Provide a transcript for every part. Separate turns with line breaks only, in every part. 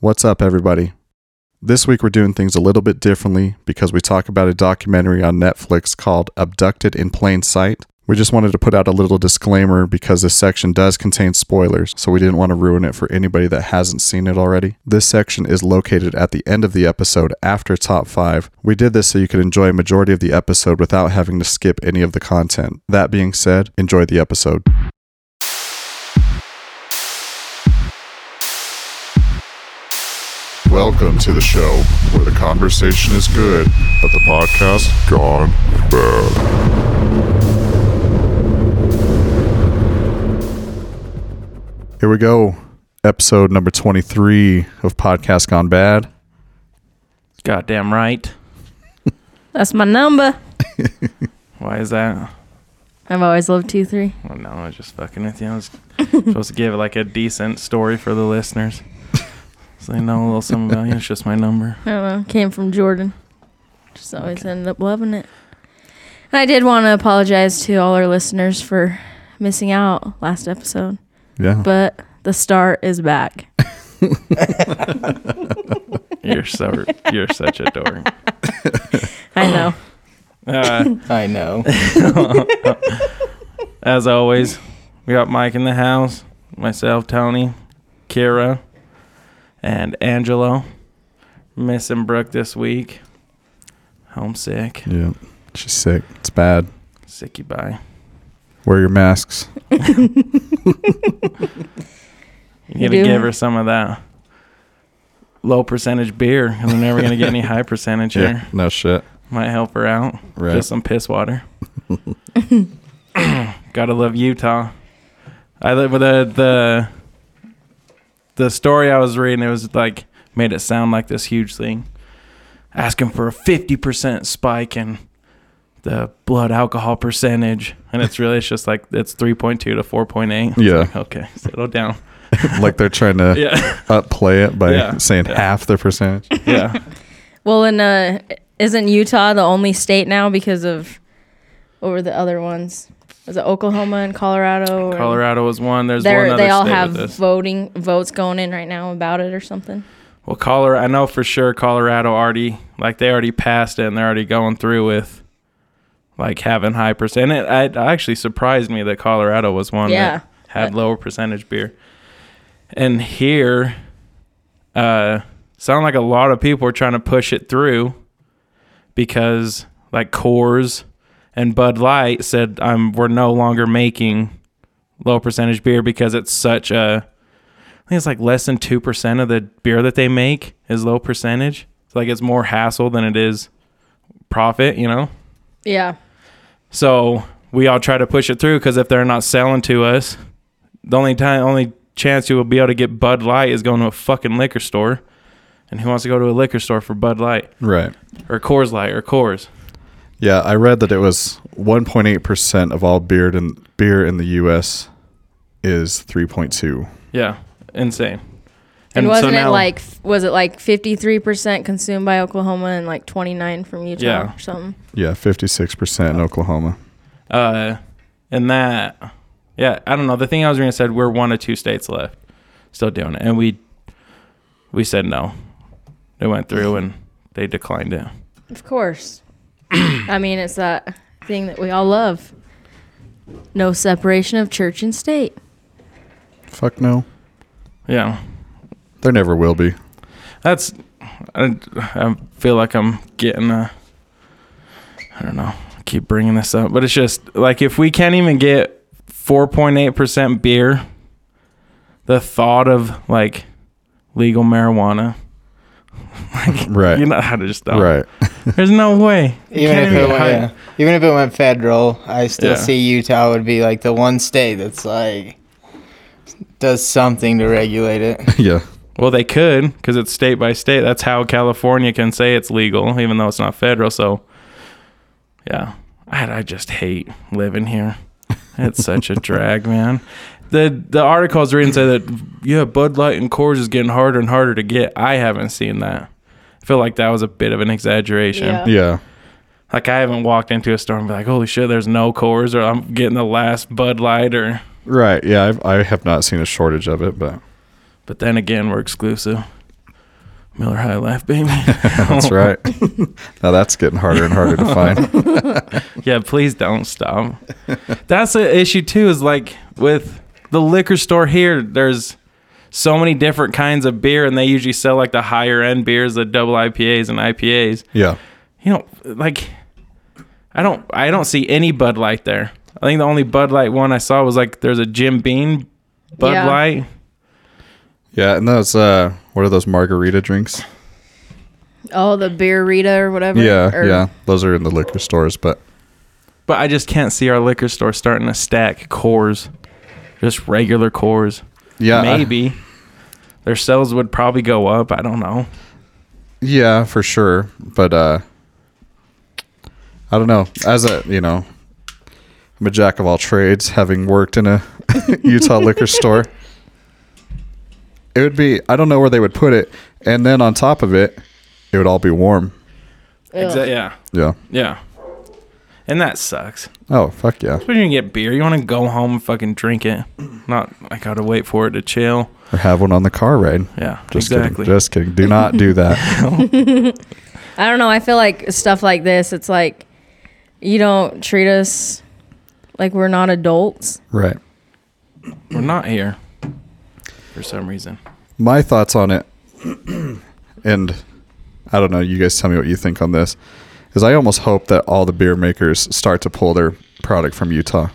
What's up, everybody? This week we're doing things a little bit differently because we talk about a documentary on Netflix called Abducted in Plain Sight. We just wanted to put out a little disclaimer because this section does contain spoilers, so we didn't want to ruin it for anybody that hasn't seen it already. This section is located at the end of the episode after top 5. We did this so you could enjoy a majority of the episode without having to skip any of the content. That being said, enjoy the episode.
Welcome to the show where the conversation is good, but the podcast gone bad.
Here we go. Episode number 23 of Podcast Gone Bad.
Goddamn right.
That's my number.
Why is that?
I've always loved two three.
Well, no, I was just fucking with you. I was supposed to give like a decent story for the listeners, so they know a little something about you. It's just my number.
I don't know. Came from Jordan. Just always ended up loving it. And I did want to apologize to all our listeners for missing out last episode,
Yeah.
but the star is back.
You're so you're such a dork.
I know.
Uh,
I know.
as always, we got Mike in the house, myself, Tony, Kira, and Angelo. Missing Brooke this week. Homesick.
Yeah. She's sick. It's bad.
Sicky bye.
Wear your masks.
You
You
gotta
do?
give her some of that low percentage beer, and we're never gonna get any high percentage here.
No shit.
Might help her out.
Right.
Just some piss water. Gotta love Utah. I live with the the the story I was reading. It was like made it sound like this huge thing, asking for a fifty percent spike in the blood alcohol percentage, and it's really it's just like it's three point two to four point eight.
Yeah.
Okay, settle down.
like they're trying to
Yeah.
upplay it by
Yeah.
saying
Yeah.
half the percentage.
yeah.
Well, and uh, isn't Utah the only state now because of what were the other ones? Was it Oklahoma and Colorado? Or
Colorado was one. There's one
They're-
other
They all
state
have
with this.
voting votes going in right now about it or something.
Well, Colorado, I know for sure Colorado already like they already passed it and they're already going through with like having high percent. It, I- it actually surprised me that Colorado was one
Yeah.
that had lower percentage beer. And here, uh, sound like a lot of people are trying to push it through because like Coors and Bud Light said, "I'm we're no longer making low percentage beer because it's such a I think it's like less than two percent of the beer that they make is low percentage. It's like it's more hassle than it is profit, you know.
Yeah.
So we all try to push it through because if they're not selling to us, the only time, only chance you will be able to get Bud Light is going to a fucking liquor store, and who wants to go to a liquor store for Bud Light
Right.
or Coors Light or Coors?
Yeah, I read that it was 1.8% of all beer in, beer in the US is 3.2.
Yeah, insane.
And,
so
wasn't it
now-
like f- was it like fifty three percent consumed by Oklahoma and like twenty nine from Utah
Yeah.
or something?
Yeah, 56% in Oklahoma.
Uh, and that, yeah, I don't know. The thing I was going to said we're one of two states left still doing it, and we we said no. It went through, and they declined it.
Of course. I mean, it's that thing that we all love. No separation of church and state.
Fuck no.
Yeah,
There never will be.
that's. I, I feel like I'm getting a. I don't know. I keep bringing this up, but it's just like if we can't even get 4.8 percent beer, the thought of like legal marijuana. Like,
Right.
You know how to just stop.
Right.
There's no way.
Even
Can't
if it
even
went,
hide-
yeah. even if it went federal, I still
Yeah.
see Utah would be like the one state that's like does something to regulate it.
yeah.
Well, they could because it's state by state. That's how California can say it's legal, even though it's not federal. So, yeah, I, I just hate living here. It's such a drag, man. The the article I was reading said that yeah, Bud Light and Coors is getting harder and harder to get. I haven't seen that. I feel like that was a bit of an exaggeration.
Yeah.
Yeah.
Like I haven't walked into a store and be like, holy shit, there's no Coors, or I'm getting the last Bud Light, or.
Right. Yeah, I've, I have not seen a shortage of it, but
But then again, we're exclusive. Miller High Life, baby.
That's right. now that's getting harder and harder to find.
yeah, please don't stop. That's the issue too. Is like with the liquor store here. There's so many different kinds of beer, and they usually sell like the higher end beers, the double IPAs and IPAs.
Yeah.
You know, like I don't, I don't see any Bud Light there. I think the only Bud Light one I saw was like there's a Jim Beam Bud
Yeah.
Light.
Yeah, and those uh what are those margarita drinks?
Oh, the beer Rita or whatever.
Yeah,
or-
yeah. Those are in the liquor stores, but
But I just can't see our liquor store starting to stack cores, just regular cores.
yeah. I-
Maybe their sales would probably go up. I don't know.
yeah, for sure. But uh I don't know. As a you know I'm a jack of all trades, having worked in a Utah liquor store. It would be I don't know where they would put it. And then on top of it, it would all be warm.
Ugh.
Exa- yeah,
Yeah.
yeah. And that sucks.
Oh, fuck yeah.
But you can get beer. You want to go home and fucking drink it. Not I gotta wait for it to chill.
Or have one on the car ride.
Yeah,
Just
exactly.
kidding. Just kidding. Do not do that.
I don't know. I feel like stuff like this, it's like you don't treat us like we're not adults.
right.
We're not here for some reason.
My thoughts on it, and I don't know, you guys tell me what you think on this, is I almost hope that all the beer makers start to pull their product from Utah.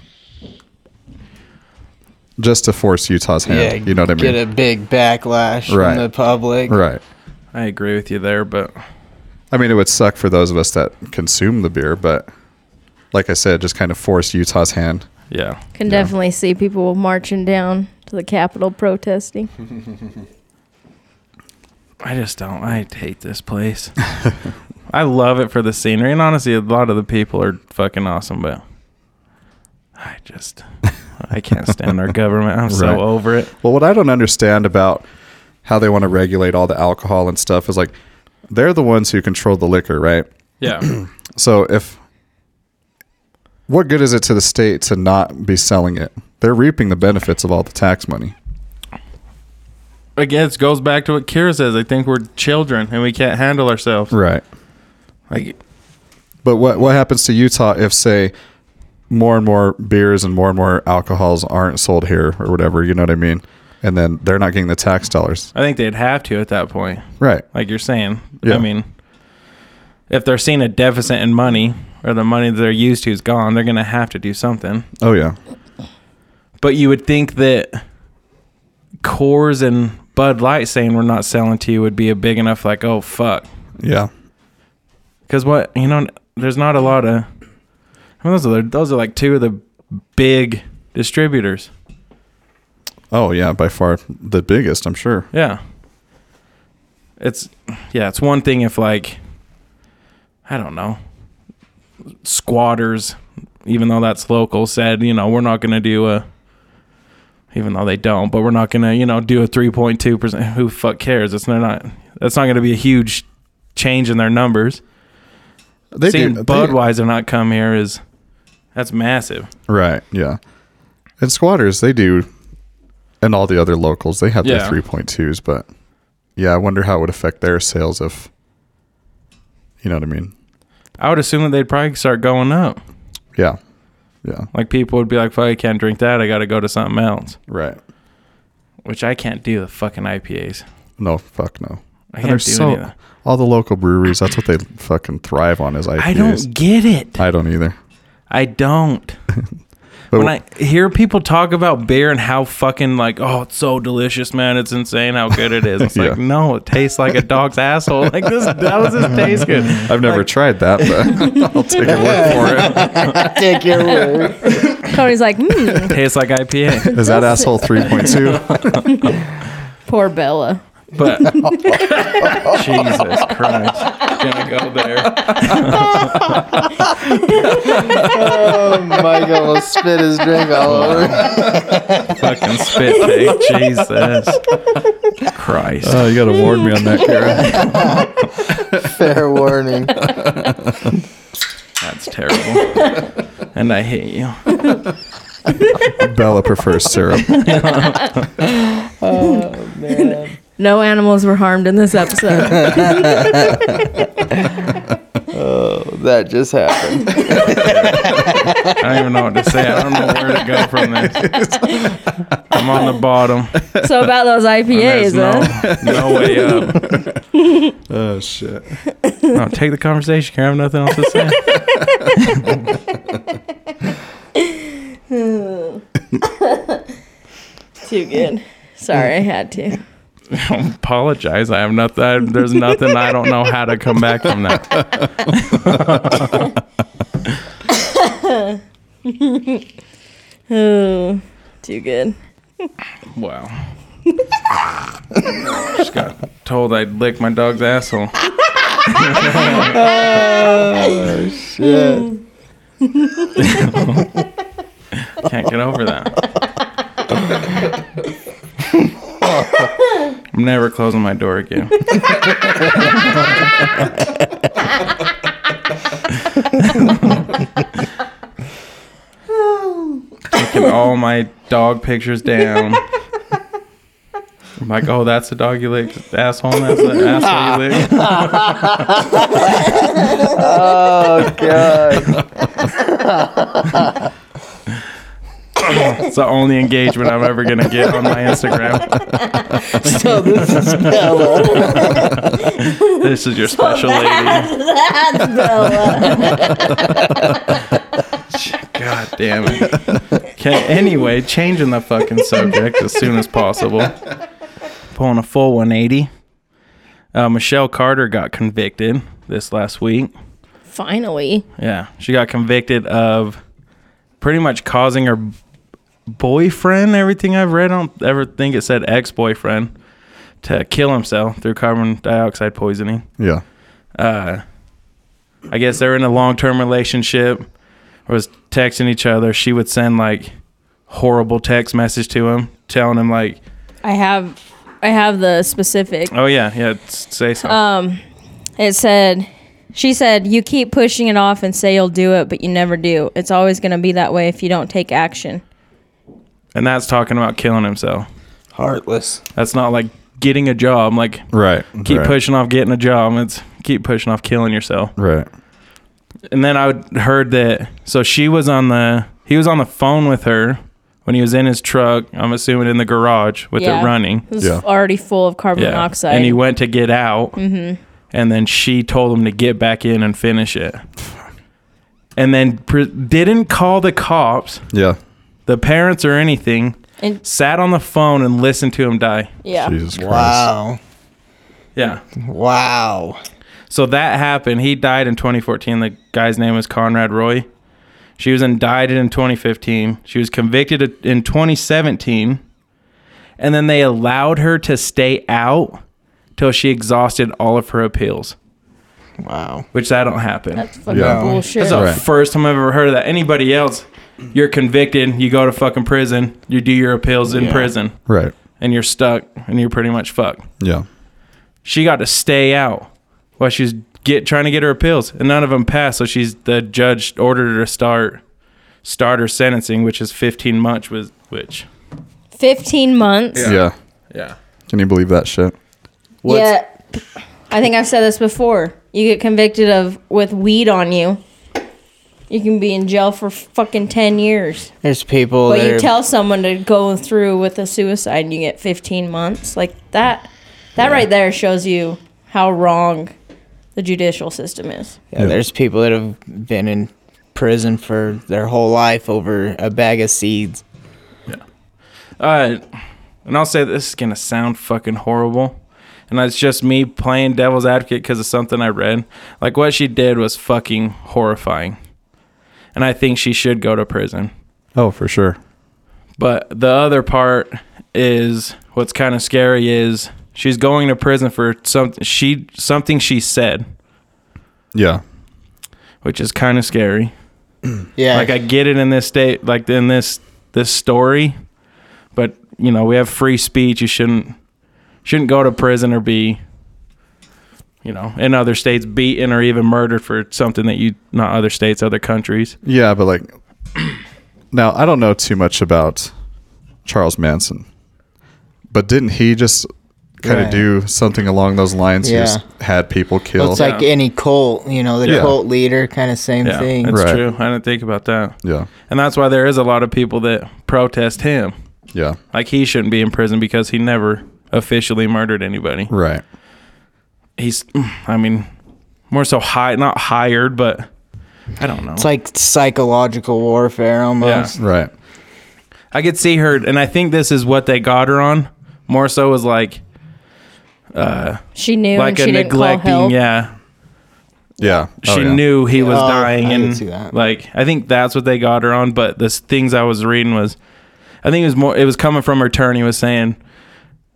Just to force Utah's hand. you know what I mean?
Get a big backlash
Right.
from the public.
Right.
I agree with you there, but
I mean, it would suck for those of us that consume the beer, but like I said, just kind of force Utah's hand.
yeah,
Can definitely see people marching down to the Capitol protesting.
I just don't. I hate this place. I love it for the scenery, and honestly, a lot of the people are fucking awesome. But I just, I can't stand our government. I'm
Right.
so over it.
Well, what I don't understand about how they want to regulate all the alcohol and stuff is like they're the ones who control the liquor, right?
Yeah,
So if what good is it to the state to not be selling it? They're reaping the benefits of all the tax money.
again, it goes back to what Kira says. I think we're children and we can't handle ourselves.
Right.
Like,
But what what happens to Utah if say more and more beers and more and more alcohols aren't sold here or whatever, you know what I mean? And then they're not getting the tax dollars.
I think they'd have to at that point.
Right.
like you're saying.
Yeah.
I mean, if they're seeing a deficit in money or the money that they're used to is gone, they're going to have to do something.
Oh yeah.
But you would think that Coors and Bud Light saying we're not selling to you would be a big enough, like, oh, fuck.
Yeah.
Because what, you know, there's not a lot of, I mean, those are, the, those are like two of the big distributors.
Oh yeah, by far the biggest, I'm sure.
Yeah. It's yeah, it's one thing if like I don't know, squatters, even though that's local, said, you know, we're not gonna do a even though they don't, but we're not gonna, you know, do a three point two percent who fuck cares? It's they're not that's not gonna be a huge change in their numbers.
They
Seeing
they-
Budweiser not come here is that's massive.
Right. Yeah. And squatters, they do, and all the other locals, they have
Yeah.
their three point twos. But yeah, I wonder how it would affect their sales if, you know what I mean?
I would assume that they'd probably start going up.
Yeah. Yeah.
Like people would be like, Fuck, I can't drink that, I gotta go to something else.
Right.
which I can't do the fucking IPAs.
No. Fuck no.
I
And
can't do
there's
any of that.
all the local breweries. That's what they fucking thrive on is IPAs.
I don't get it.
I don't either.
I don't.
But
when I hear people talk about beer and how fucking like, oh, it's so delicious, man. It's insane how good it is. It's
Yeah.
like, no, it tastes like a dog's asshole. Like this, how does this taste good?
I've never
like-
tried that, but I'll take your word for
Take your word.
Tony's like, hmm,
Tastes like IPA.
it. Is that asshole three point two?
poor Bella.
But Jesus Christ, gonna go there.
Oh, Michael will spit his drink all over.
Fucking spit take. Jesus Christ.
Oh, you got to warn me on that, Kara.
Fair warning.
Oh.
That's terrible. and I hate you.
Bella prefers syrup.
No animals were harmed in this episode.
Oh, That just happened.
I don't even know what to say. I don't know where to go from this. I'm on the bottom. and
so about those IPAs,
there's
huh?
no, no way up.
Oh shit.
No, take the conversation. Karen. I have nothing else to say.
Too good. Sorry, I had to.
don't apologize. I have nothing. I, there's nothing. I don't know how to come back from that.
Oh, too good.
Wow. Just got told I'd lick my dog's asshole.
Shit.
Can't get over that. I'm never closing my door again. Taking all my dog pictures down. I'm like, oh, that's the dog you licked, asshole. That's the asshole you licked.
Oh god.
It's the only engagement I'm ever gonna get on my Instagram.
So this is Bella.
This is your special lady.
That's Bella.
God damn it. Okay, anyway, changing the fucking subject as soon as possible. Pulling a full 180. Uh, Michelle Carter got convicted this last week.
Finally.
Yeah, she got convicted of pretty much causing her boyfriend, everything I've read, I don't ever think it said ex boyfriend, to kill himself through carbon dioxide poisoning
Yeah.
uh, I guess they're in a long term relationship. Was texting each other. She would send like horrible text message to him, telling him like,
I have I have the specific.
"Oh yeah, yeah, s- say something."
Um it said she said you keep pushing it off and say you'll do it, but you never do. It's always going to be that way if you don't take action.
and that's talking about killing himself.
Heartless.
That's not like getting a job. Like
Right.
keep
right,
pushing off getting a job. It's keep pushing off killing yourself.
Right.
and then I would- heard that so she was on the he was on the phone with her when he was in his truck. I'm assuming in the garage with
Yeah.
it running.
It was
Yeah.
already full of carbon
Yeah.
monoxide.
And he went to get out. And then she told him to get back in and finish it. And then pre- didn't call the cops,
Yeah.
the parents, or anything.
And-
sat on the phone and listened to him die.
yeah.
Jesus Christ.
Wow.
Yeah.
Wow.
So that happened. He died in 2014. The guy's name was Conrad Roy. She was indicted in 2015. She was convicted in 2017. And then they allowed her to stay out till she exhausted all of her appeals,
Wow.
which that don't happen.
That's fucking
Yeah.
bullshit.
That's the
Right.
first time I've ever heard of that. Anybody else, you're convicted, you go to fucking prison, you do your appeals in
Yeah.
prison,
Right.
and you're stuck, and you're pretty much fucked.
Yeah.
She got to stay out while she's get trying to get her appeals, and none of them passed. So she's the judge ordered her to start start her sentencing, which is 15 months. Was which
15 months.
Yeah.
yeah.
Can you believe that shit?
yeah. I think I've said this before. You get convicted of with weed on you. You can be in jail for fucking 10 years.
There's people
But
that
you
are-
tell someone to go through with a suicide and you get 15 months. Like that that right there shows you how wrong the judicial system is.
yeah, there's people that have been in prison for their whole life over a bag of seeds.
Uh, and I'll say this is gonna sound fucking horrible, and it's just me playing devil's advocate because of something I read. Like what she did was fucking horrifying, and I think she should go to prison.
Oh, for sure.
But the other part is what's kind of scary is she's going to prison for something she something she said,
Yeah.
which is kind of scary.
Yeah.
Like I get it in this state, like in this this story, but you know we have free speech. You shouldn't shouldn't go to prison or be, you know, in other states beaten or even murdered for something that you not other states, other countries.
Yeah, but like now I don't know too much about Charles Manson. But didn't he just kind
Right.
of do something along those lines. You
Yeah.
just had people
Well,
killed.
it's like
Yeah.
any cult, you know, the
Yeah.
cult leader, kind of same
Yeah,
thing.
that's
Right.
true. I didn't think about that,
yeah,
and that's why there is a lot of people that protest him.
yeah,
Like he shouldn't be in prison because he never officially murdered anybody.
right.
He's, I mean, more so high, not hired, but I don't know.
It's like psychological warfare almost.
Right.
I could see her, and I think this is what they got her on. More so was like
She knew
like
and
a
she didn't call
neglecting.
help.
Yeah,
Yeah.
she
Oh, yeah.
knew he was
Oh,
dying,
I could
and
see that.
like I think that's what they got her on. But the s- things I was reading was, I think it was more. It was coming from her attorney was saying,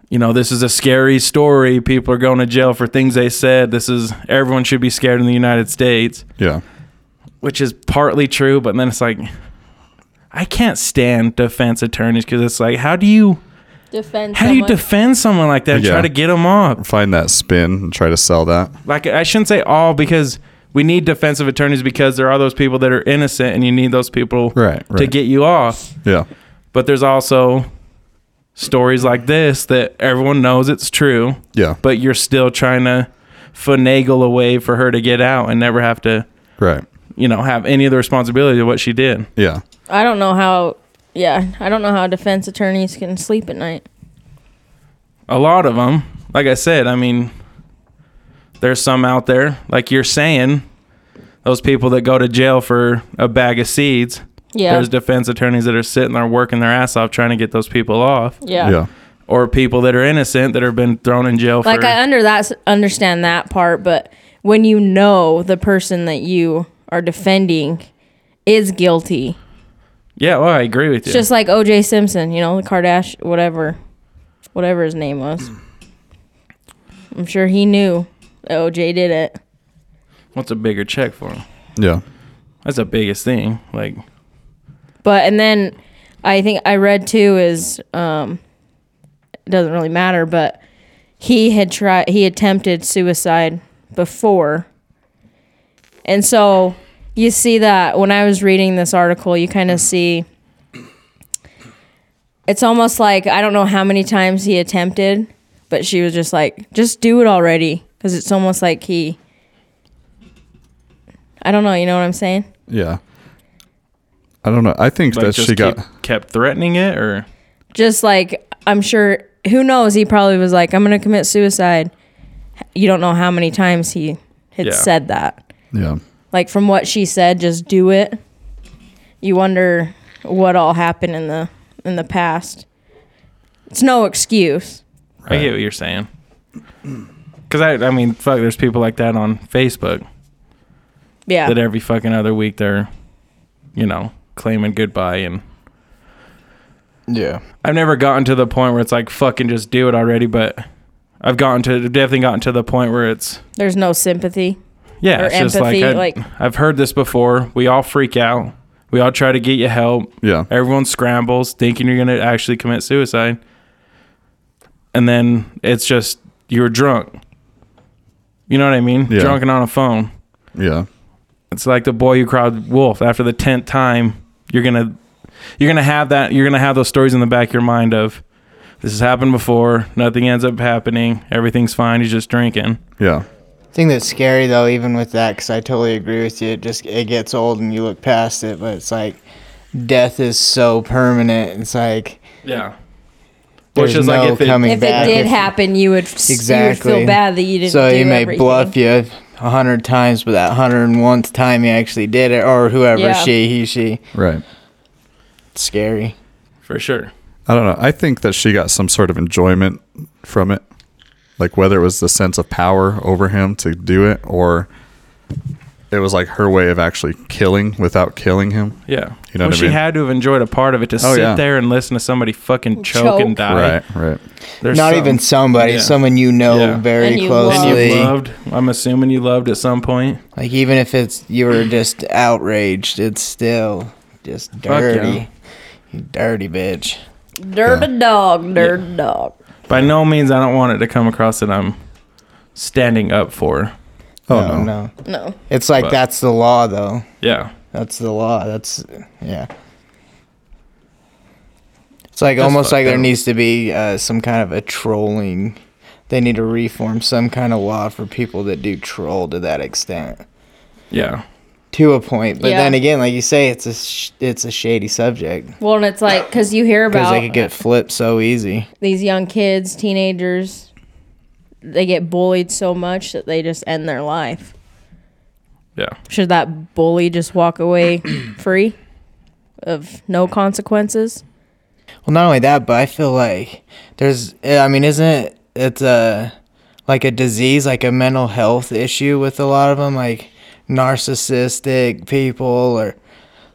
you know, this is a scary story. People are going to jail for things they said. This is everyone should be scared in the United States,
Yeah.
which is partly true. But then it's like, I can't stand defense attorneys because it's like, how do you?
Defend
How do you
someone.
defend someone like that? and
Yeah.
Try to get them off.
Find that spin and try to sell that.
Like I shouldn't say all because we need defensive attorneys because there are those people that are innocent and you need those people
Right,
to
right.
get you off.
Yeah.
But there's also stories like this that everyone knows it's true,
Yeah.
but you're still trying to finagle a way for her to get out and never have to,
Right.
you know, have any of the responsibility of what she did.
Yeah.
I don't know how. Yeah, I don't know how defense attorneys can sleep at night.
a lot of them like i said i mean there's some out there like you're saying those people that go to jail for a bag of seeds
Yeah.
there's defense attorneys that are sitting there working their ass off trying to get those people off
yeah.
Yeah. Yeah.
or people that are innocent that have been thrown in jail
Like
for
I under that understand that part, but when you know the person that you are defending is guilty,
yeah well i agree with you
it's just like O.J. Simpson, you know, the Kardashian, whatever, whatever his name was. I'm sure he knew that O.J. did it.
what's a bigger check for them that's the biggest thing like
But and then I think I read too is um it doesn't really matter, but he had tried he attempted suicide before. And so you see that when I was reading this article, you kind of see it's almost like I don't know how many times he attempted, but she was just like, just do it already. Because it's almost like he, I don't know, you know what I'm saying?
Yeah. I don't know. I think
like
that
just
she got.
keep- kept threatening it or
just like I'm sure who knows he probably was like I'm going to commit suicide. You don't know how many times he had
Yeah.
said that.
Yeah.
Like from what she said, just do it. You wonder what all happened in the in the past. It's no excuse.
I get what you're saying. Because I, I mean, fuck, there's people like that on Facebook
Yeah.
that every fucking other week they're, you know, claiming goodbye. And
Yeah.
I've never gotten to the point where it's like fucking just do it already, but I've gotten to definitely gotten to the point where it's
There's no sympathy.
yeah,
Or
it's
empathy,
just like, I,
like-
I've heard this before. We all freak out. We all try to get you help.
Yeah.
Everyone scrambles, thinking you're gonna actually commit suicide, and then it's just you're drunk. You know what I mean?
Yeah.
Drunk and on a phone.
Yeah.
It's like the boy who cried wolf. After the tenth time, you're gonna you're gonna have that. You're gonna have those stories in the back of your mind of this has happened before. Nothing ends up happening. Everything's fine. He's just drinking.
Yeah.
thing that's scary though, even with that, because I totally agree with you. It just it gets old and you look past it, but it's like death is so permanent. It's like
Yeah.
there's
Which is
no
like if it,
coming
If
back.
it did
If-
happen, you would, f-
Exactly.
you would feel bad that you didn't.
so
do
he may
everything.
bluff you a hundred times, but that hundred and once time he actually did it, or whoever
Yeah.
she, he, she,
Right.
it's scary.
for sure.
I don't know. I think that she got some sort of enjoyment from it. Like whether it was the sense of power over him to do it or it was like her way of actually killing without killing him.
Yeah.
You know
well,
what I
she
mean?
had to have enjoyed a part of it to
Oh,
sit
yeah.
there and listen to somebody fucking choke, and
Choke.
die.
Right, right.
There's
Not
some-
even somebody,
Yeah.
someone you know
Yeah.
very
And you love.
closely.
And you loved. I'm assuming you loved at some point.
Like even if it's you were just outraged, it's still just
Fuck yeah.
dirty. You dirty bitch.
Dirty dog, dirty dog.
By no means, I don't want it to come across that I'm standing up for.
Oh no.
no, no.
No.
It's like
But-
that's the law though.
Yeah.
That's the law. That's yeah. It's like
That's
almost like
fucked
there
up.
needs to be uh, some kind of a trolling they need to reform some kind of law for people that do troll to that extent
Yeah.
to a point. But
Yeah.
then again, like you say, it's a sh- it's a shady subject
Well, and it's like because you hear
because
about
they could get flipped so easy.
these young kids, teenagers, they get bullied so much that they just end their life.
Yeah.
Should that bully just walk away free of no consequences?
Well, not only that, but I feel like there's. eh, I mean, isn't it? It's a like a disease, like a mental health issue with a lot of them, like narcissistic people, or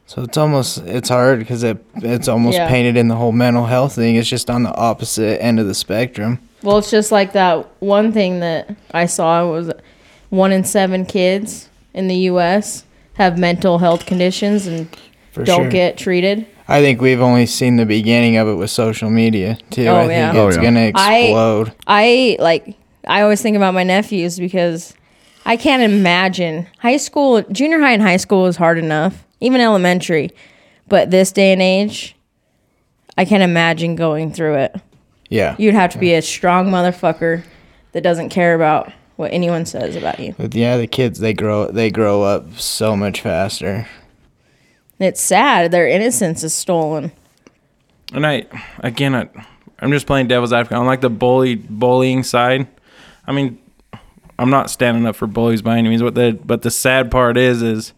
so it's almost it's hard because it it's almost
Yeah.
painted in the whole mental health thing. It's just on the opposite end of the spectrum.
Well, it's just like that one thing that I saw was one in seven kids in the U.S. have mental health conditions and
For
don't
sure.
get treated.
I think we've only seen the beginning of it with social media too.
Oh,
I think
yeah.
Oh,
it's
yeah.
gonna
I-
explode.
I like I always think about my nephews because I can't imagine high school, junior high and high school is hard enough, even elementary. But this day and age, I can't imagine going through it.
yeah.
You'd have to be a strong motherfucker that doesn't care about what anyone says about you.
But yeah, the kids they grow they grow up so much faster.
And it's sad their innocence is stolen.
And I, again, I, I'm just playing devil's advocate. I'm like the bully, bullying side. I mean, I'm not standing up for bullies by any means. What the but the sad part is is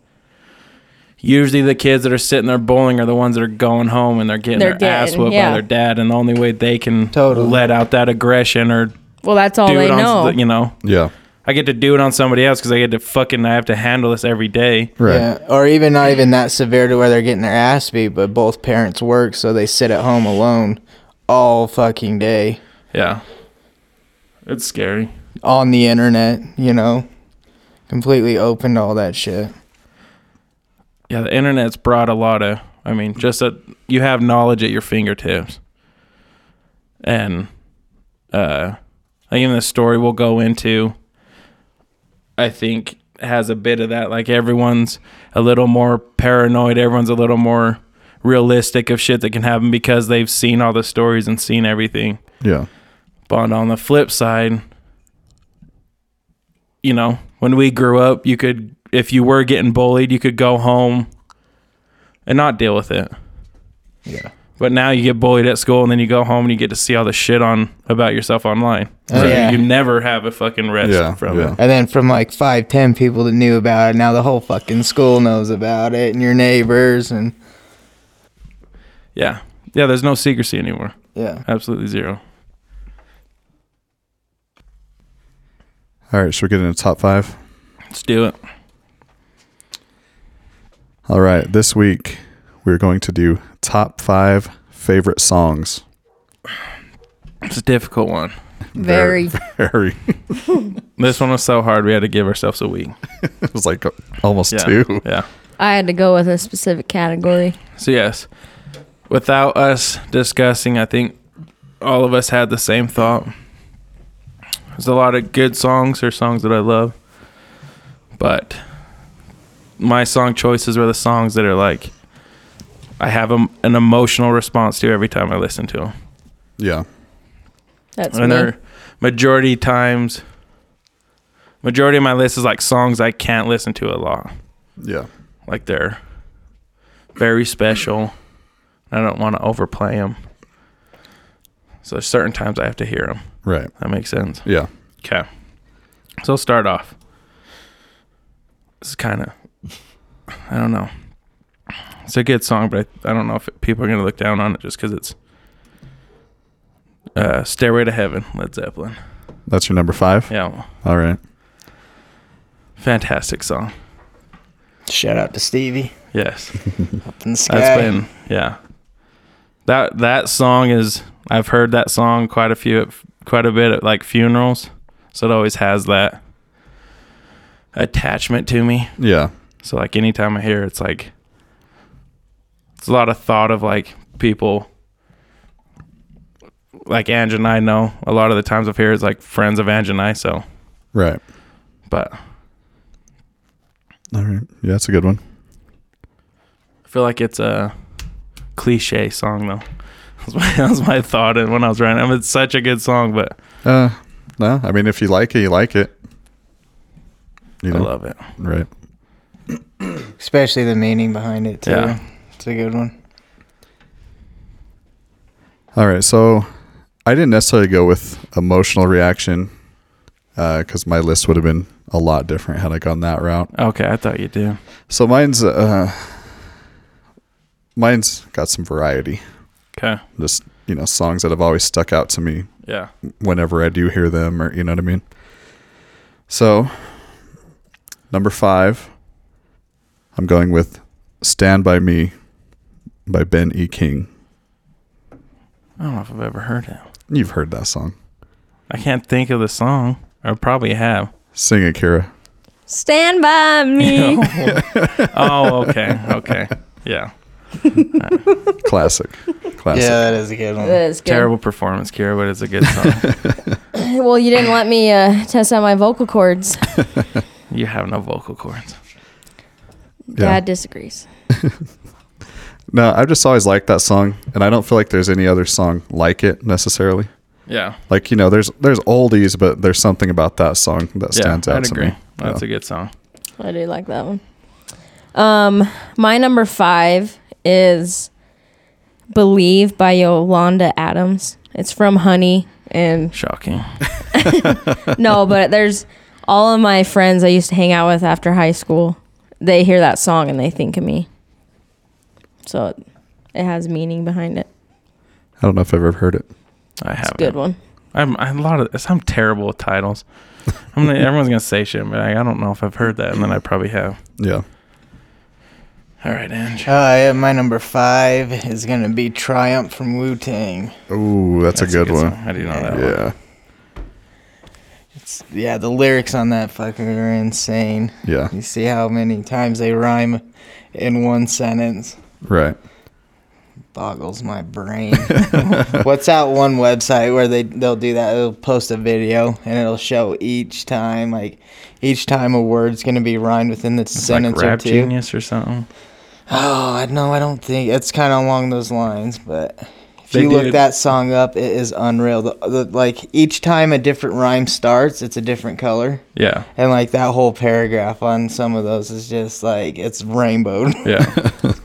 usually the kids that are sitting there bullying are the ones that are going home and they're getting
They're
their ass
getting-
whooped
yeah.
by their dad, and the only way they can
Totally.
let out that aggression or
Well, that's all
do
they
it on
know.
you know.
Yeah.
I get to do it on somebody else because I get to fucking I have to handle this every day.
Right.
Yeah, or even not even that severe to where they're getting their ass beat, but both parents work, so they sit at home alone all fucking day
Yeah, it's scary.
on the internet. You know, completely open to all that shit.
Yeah, the internet's brought a lot of. I mean, just that you have knowledge at your fingertips, and uh, I think in the story we'll go into, I think has a bit of that. Like everyone's a little more paranoid. Everyone's a little more realistic of shit that can happen because they've seen all the stories and seen everything.
Yeah.
But on the flip side, you know, when we grew up, you could, if you were getting bullied, you could go home and not deal with it.
Yeah.
But now you get bullied at school and then you go home and you get to see all the shit on about yourself online.
Oh,
so
yeah.
you never have a fucking rest
Yeah.
from
yeah.
it.
And then from like five, ten people that knew about it, now the whole fucking school knows about it, and your neighbors, and
Yeah. Yeah. There's no secrecy anymore.
yeah.
Absolutely zero.
All right. Should we get into top five?
Let's do it.
All right. This week, we're going to do top five favorite songs.
It's a difficult one.
Very.
Very.
This one was so hard. We had to give ourselves a week.
It was like uh, almost
Yeah.
two.
Yeah.
I had to go with a specific category.
So yes, without us discussing, I think all of us had the same thought. There's a lot of good songs or songs that I love, but my song choices were the songs that are like I have a, an emotional response to every time I listen to them,
Yeah.
That's
and
me.
they're majority times. Majority of my list is like songs I can't listen to a lot.
Yeah.
like they're very special. I don't want to overplay them. So there's certain times I have to hear them.
Right.
That makes sense.
Yeah.
Okay. So I'll start off. This is kind of, I don't know. It's a good song, but I, I don't know if people are going to look down on it just because it's uh, Stairway to Heaven, Led Zeppelin.
That's your number five.
Yeah.
All right.
Fantastic song.
Shout out to Stevie
Yes.
up in the sky.
That's been yeah. That that song is I've heard that song quite a few quite a bit at like funerals. So it always has that attachment to me.
Yeah.
So like anytime I hear it, it's like it's a lot of thought of like people like Ange and I know a lot of the times I've heard it's like friends of Ange and I so
Right.
but
All right. Yeah, that's a good one.
I feel like it's a cliche song though. That was my, that was my thought when I was writing. I mean, it's such a good song, but
Uh, No, I mean, if you like it, you like it. You
I
know,
love it.
right?
especially the meaning behind it too.
Yeah.
It's a good one.
All right, so I didn't necessarily go with emotional reaction because my list would have been a lot different had I gone that route.
Okay, I thought you do.
So mine's uh, mine's got some variety.
Okay.
Just you know, songs that have always stuck out to me
Yeah.
whenever I do hear them, or you know what I mean. So, number five, I'm going with "Stand by Me" by Ben E. King.
I don't know if I've ever heard it.
You've heard that song.
I can't think of the song. I probably have.
Sing it, Kira.
Stand by me.
oh, okay. Okay. Yeah.
Classic, classic.
Yeah, that is a good one.
That is good.
Terrible performance, Kira, but it's a good song.
Well, you didn't let me uh, test out my vocal cords.
you have no vocal cords.
Dad disagrees.
No, I've just always liked that song, and I don't feel like there's any other song like it necessarily.
Yeah.
Like you know, there's there's oldies, but there's something about that song that stands
yeah,
out
I'd
to
agree.
me.
That's
Yeah.
a good song.
I do like that one. Um, my number five is "Believe" by Yolanda Adams. It's from Honey, and
Shocking.
no, but there's all of my friends I used to hang out with after high school. They hear that song and they think of me. So it, it has meaning behind it.
I don't know if I've ever heard it.
I
It's
have
a good one.
I'm I, a lot of I'm terrible with titles. I'm gonna, everyone's gonna say shit, but I, I don't know if I've heard that, and then I probably have.
Yeah.
All right, Ange.
Uh, yeah, my number five is gonna be Triumph from Wu Tang.
Ooh, that's, a good, one.
song. I do know that. One.
Yeah,
It's yeah, the lyrics on that fucker are insane.
yeah,
You see how many times they rhyme in one sentence?
right.
Boggles my brain. What's that one website where they they'll do that? They'll post a video and it'll show each time, like each time a word's gonna be rhymed within the
It's
sentence
like Rap
or two.
Genius or something.
Oh, I no, I don't think it's kind of along those lines, but if
They
you look
did-
that song up, it is unreal. The, the, like each time a different rhyme starts, it's a different color,
Yeah,
and like that whole paragraph on some of those is just like it's rainbowed,
yeah.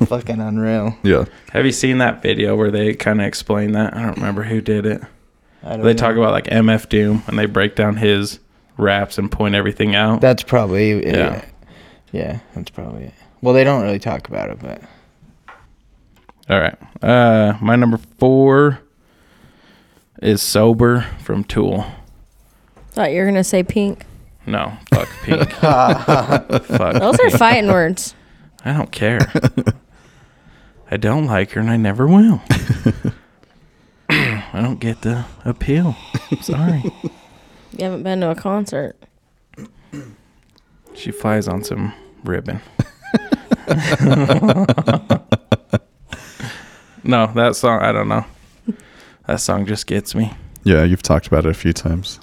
fucking unreal.
Yeah,
have you seen that video where they kind of explain that? I don't remember who did it.
I don't
They
know.
talk about like MF Doom and they break down his raps and point everything out.
That's probably it.
Yeah.
yeah, that's probably it. Well, they don't really talk about it, but
All right. Uh, my number four is sober from Tool.
Thought you were gonna say pink.
No, fuck pink. fuck.
Those are fighting words.
I don't care. I don't like her and I never will. I don't get the appeal. Sorry.
You haven't been to a concert.
She flies on some ribbon. no, that song, I don't know. That song just gets me.
yeah. You've talked about it a few times.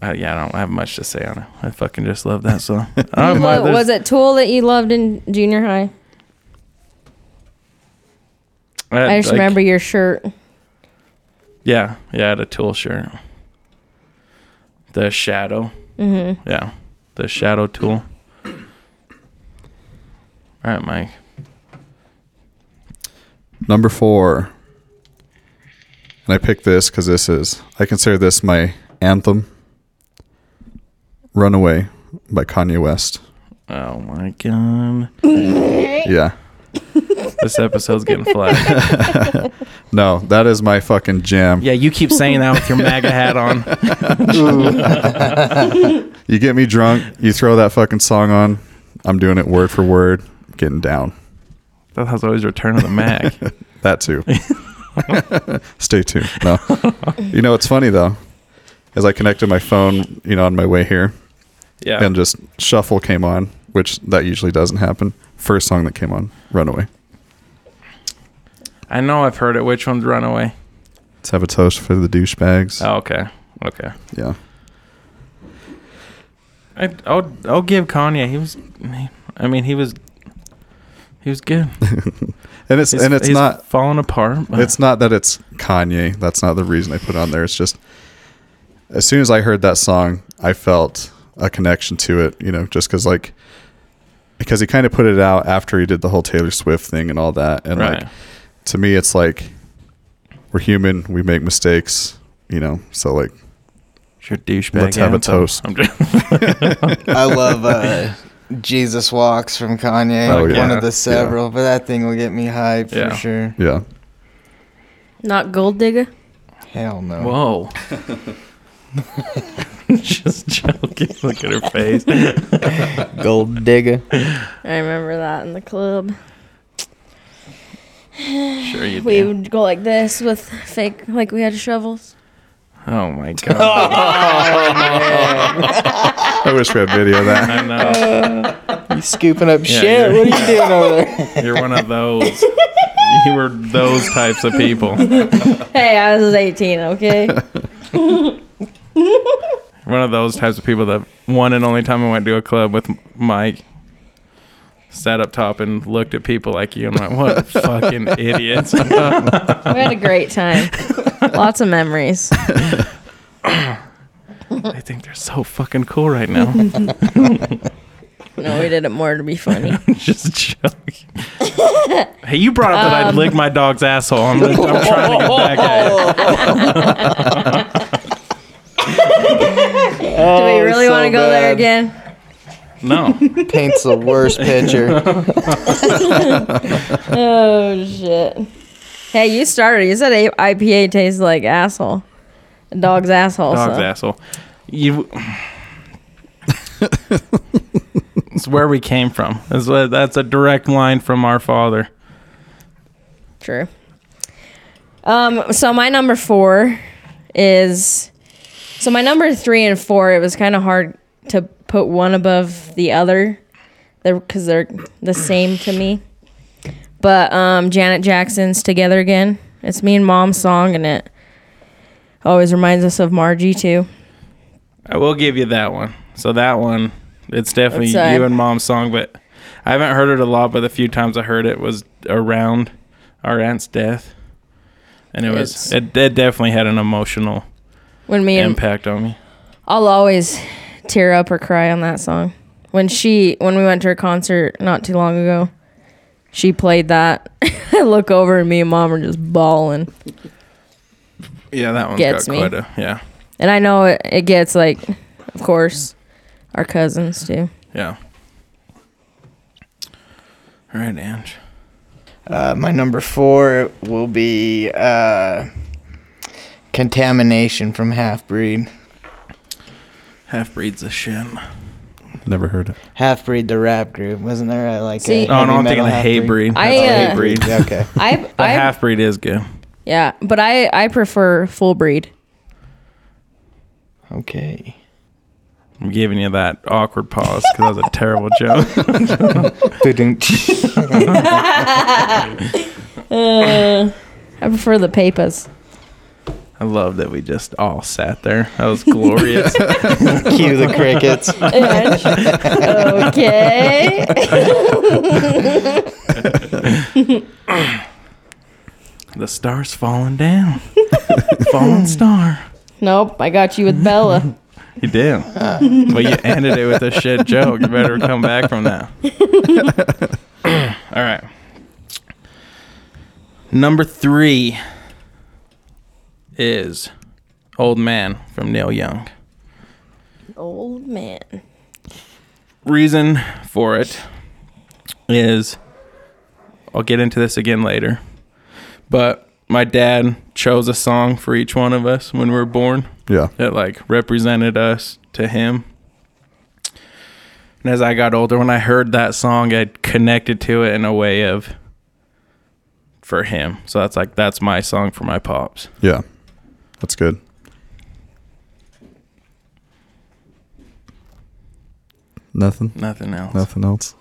Uh, yeah, I don't have much to say on it. I fucking just love that song. I don't have much-
What,
there's-
was it Tool that you loved in junior high? I just
like-
remember your shirt.
Yeah, yeah, I had a Tool shirt. The Shadow.
Mm-hmm.
Yeah, the Shadow Tool. All right, Mike.
Number four, and I picked this because this is I consider this my anthem. "Runaway" by Kanye West.
Oh my god.
Yeah.
This episode's getting flagged.
No, that is my fucking jam.
Yeah, you keep saying that with your MAGA hat on.
You get me drunk, you throw that fucking song on, I'm doing it word for word, getting down.
That was always Return of the Mac.
That too. Stay tuned. No. You know, it's funny though, as I connected my phone, you know, on my way here,
Yeah.
and just shuffle came on, which that usually doesn't happen. First song that came on, Runaway.
I know I've heard it. Which one's Runaway?
Let's have a toast for the douchebags.
Oh, okay. Okay.
Yeah.
I, I'll I'll give Kanye. He was, he, I mean, he was, he was good.
And it's
He's-
and it's
he's
not
falling apart. but-
it's not that it's Kanye. That's not the reason I put it on there. It's just as soon as I heard that song, I felt a connection to it, you know, just because like because he kind of put it out after he did the whole Taylor Swift thing and all that, and
right.
like to me, it's like we're human, we make mistakes, you know, so like
it's your douchebag.
let's have a
anthem.
toast.
I'm just,
I love uh, Jesus Walks from Kanye,
Oh, yeah.
one of the several, but that thing will get me hyped
Yeah.
for sure.
yeah,
Not gold digger.
Hell
Uh,
no.
whoa. just joking. Look at her face.
Gold digger.
I remember that in the club.
Sure you
We
do.
would go like this with fake, like we had shovels.
Oh my god.
Oh,
Oh. I wish we had video of that.
I know.
You scooping up
Yeah,
shit?
you're-
What are you doing over there?
You're one of those. You were those types of people.
Hey, I was 18, okay?
one of those types of people that one and only time I went to a club with Mike sat up top and looked at people like you and went, What fucking idiots.
we had a great time. Lots of memories.
I think they're so fucking cool right now.
No, we did it more to be funny.
Just joking. hey, you brought up that I'd lick my dog's asshole. I'm, I'm trying to get back at it.
Do
Oh,
we really
so
want to go there
bad.
again?
No.
Oh, Paints the worst picture.
Oh, shit. Hey, you started. You said a- IPA tastes like asshole. Dog's asshole.
Dog's
so.
asshole. You. it's where we came from. That's, what, that's a direct line from our father.
True. Um, so my number four is so my number three and four. It was kind of hard to put one above the other, because they're, the same to me. But um, Janet Jackson's "Together Again." It's me and Mom's song, and it always reminds us of Margie too.
I will give you that one. So that one, it's definitely
That's, uh,
you and mom's song, but I haven't heard it a lot, but the few times I heard it was around our aunt's death. And it was
It's-
it, it definitely had an emotional
When me and
impact on me.
I'll always tear up or cry on that song. When she when we went to her concert not too long ago, she played that. I look over and me and mom are just bawling.
Yeah, that one's
Gets
got
me.
quite a yeah.
And I know it, it gets like of course our cousins too.
Yeah. All right, Ange.
Uh, my number four will be uh, contamination from half breed.
Half breeds a shit.
Never heard it.
Half breed, the rap group, wasn't there? uh, Like
See-
a
Oh,
Oh,
heavy
no, I'm
metal
thinking of
half
hay breed.
I,
That's
uh,
hay breed.
Yeah, okay.
I
But
I
half breed is good.
yeah, but I I prefer full breed.
Okay.
I'm giving you that awkward pause because that was a terrible joke.
Uh. I prefer the papas.
I love that we just all sat there. That was glorious.
Cue the crickets.
okay.
the star's falling down. falling star.
Nope, I got you with Bella.
You did. well, you ended it with a shit joke. You better come back from that. all right. Number three is Old Man from Neil Young.
Old man.
reason for it is I'll get into this again later. But my dad chose a song for each one of us when we were born
Yeah,
that like represented us to him. And as I got older, when I heard that song, I connected to it in a way of for him. So that's like that's my song for my pops.
yeah, that's good. Nothing.
Nothing else.
Nothing else.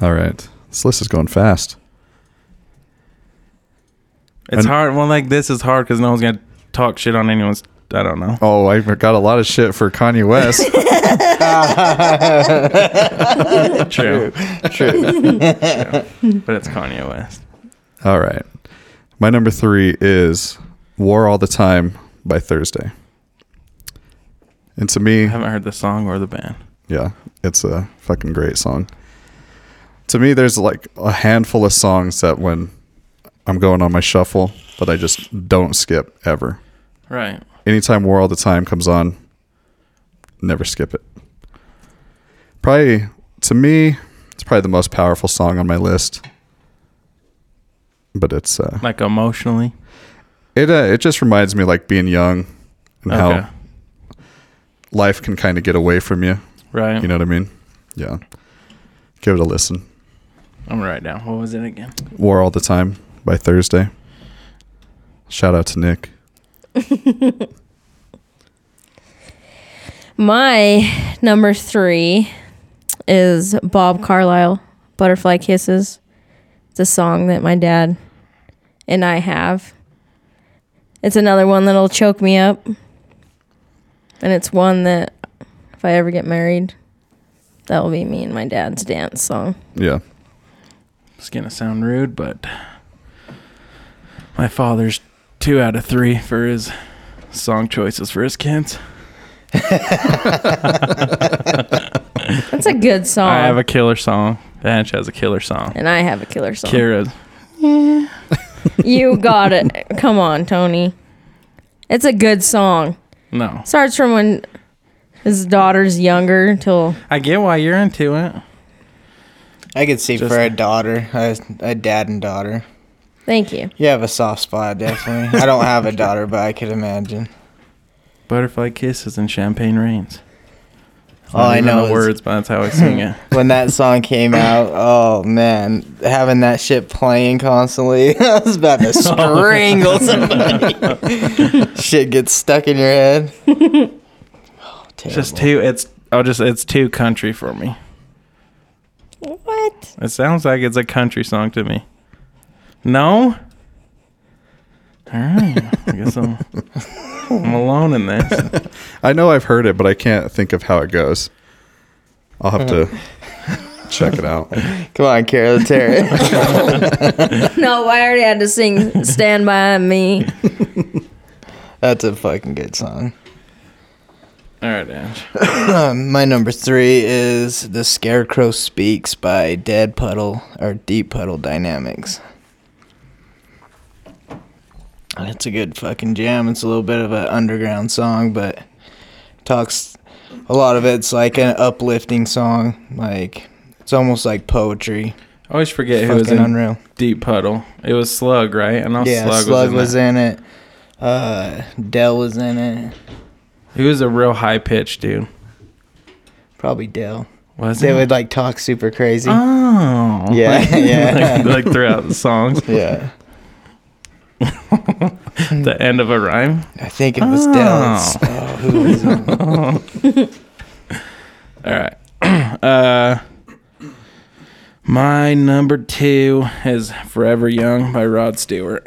All right. This list is going fast.
It's
And-
hard. Well, like this is hard because no one's gonna talk shit on anyone's. I don't know.
Oh, I got a lot of shit for Kanye West. Oh,
True.
True.
but it's Kanye West.
All right. My number three is War All the Time by Thursday. And to
I
me,
haven't heard the song or the band.
yeah, it's a fucking great song. To me, there's like a handful of songs that when I'm going on my shuffle that I just don't skip ever.
Right.
Anytime War All the Time comes on, never skip it. Probably, to me, it's probably the most powerful song on my list. But it's, uh,
Like emotionally.
it, uh, it just reminds me like being young and how life can kind of get away from you.
Right.
You know what I mean? Yeah. Give it a listen.
I'm right now. What was it again?
War all the time by Thursday. Shout out to Nick.
My number three is Bob Carlisle, Butterfly Kisses. It's a song that my dad and I have. It's another one that'll choke me up. And it's one that, if I ever get married, that will be me and my dad's dance song.
Yeah.
It's gonna sound rude, but my father's two out of three for his song choices for his kids.
That's a good song.
I have a killer song. Ange has a killer song.
and I have a killer song.
Kira,
You got it. Come on, Tony. It's a good song.
no.
Starts from when his daughter's younger till
I get why you're into it.
I could see
Just-
for a daughter, a, a dad and daughter.
thank you.
You have a soft spot, definitely. I don't have a daughter, but I could imagine.
Butterfly kisses and champagne rains.
All I
even
know
the
is-
words, but that's how I sing it.
When that song came out, oh man, having that shit playing constantly, I was about to strangle somebody. shit gets stuck in your head. Oh,
It's
terrible.
just too. It's I'll just. It's too country for me.
What?
It sounds like it's a country song to me. No. All right. I guess I'm. I'm alone in this.
I know I've heard it, but I can't think of how it goes. I'll have to check it out.
Come on, Carol Terry.
No, I already had to sing Stand By Me.
That's a fucking good song.
All right, Ange.
Um, my number three is "The Scarecrow Speaks" by Dead Puddle or Deep Puddle Dynamics. It's a good fucking jam. It's a little bit of an underground song, but talks a lot of it's like an uplifting song. Like it's almost like poetry.
I always forget who
fucking
was in
unreal.
Deep Puddle. It was Slug, right? I know
yeah,
Slug,
Slug
was in
was
that.
in it. Uh, Dell was in it.
He was a real high pitched dude.
Probably Dell.
Was
They
he?
would like talk super crazy.
oh.
Yeah, yeah.
like, like throughout the songs,
yeah.
the end of a rhyme.
I think it was Dell's. Oh, who was it?
All right. uh, my number two is "Forever Young" by Rod Stewart.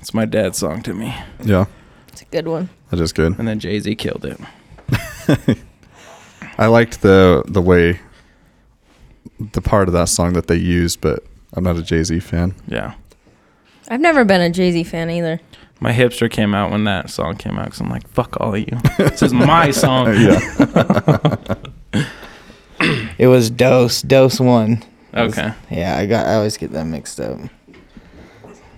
It's my dad's song to me,
Yeah.
It's a good one.
That is good.
and then Jay Z killed it.
I liked the the way the part of that song that they used, but I'm not a Jay Z fan.
Yeah,
I've never been a Jay Z fan either.
my hipster came out when that song came out because I'm like, "Fuck all of you! This is my song."
Uh, Yeah.
It was Dose. Dose one.
Okay.
Yeah, I got. I always get that mixed up.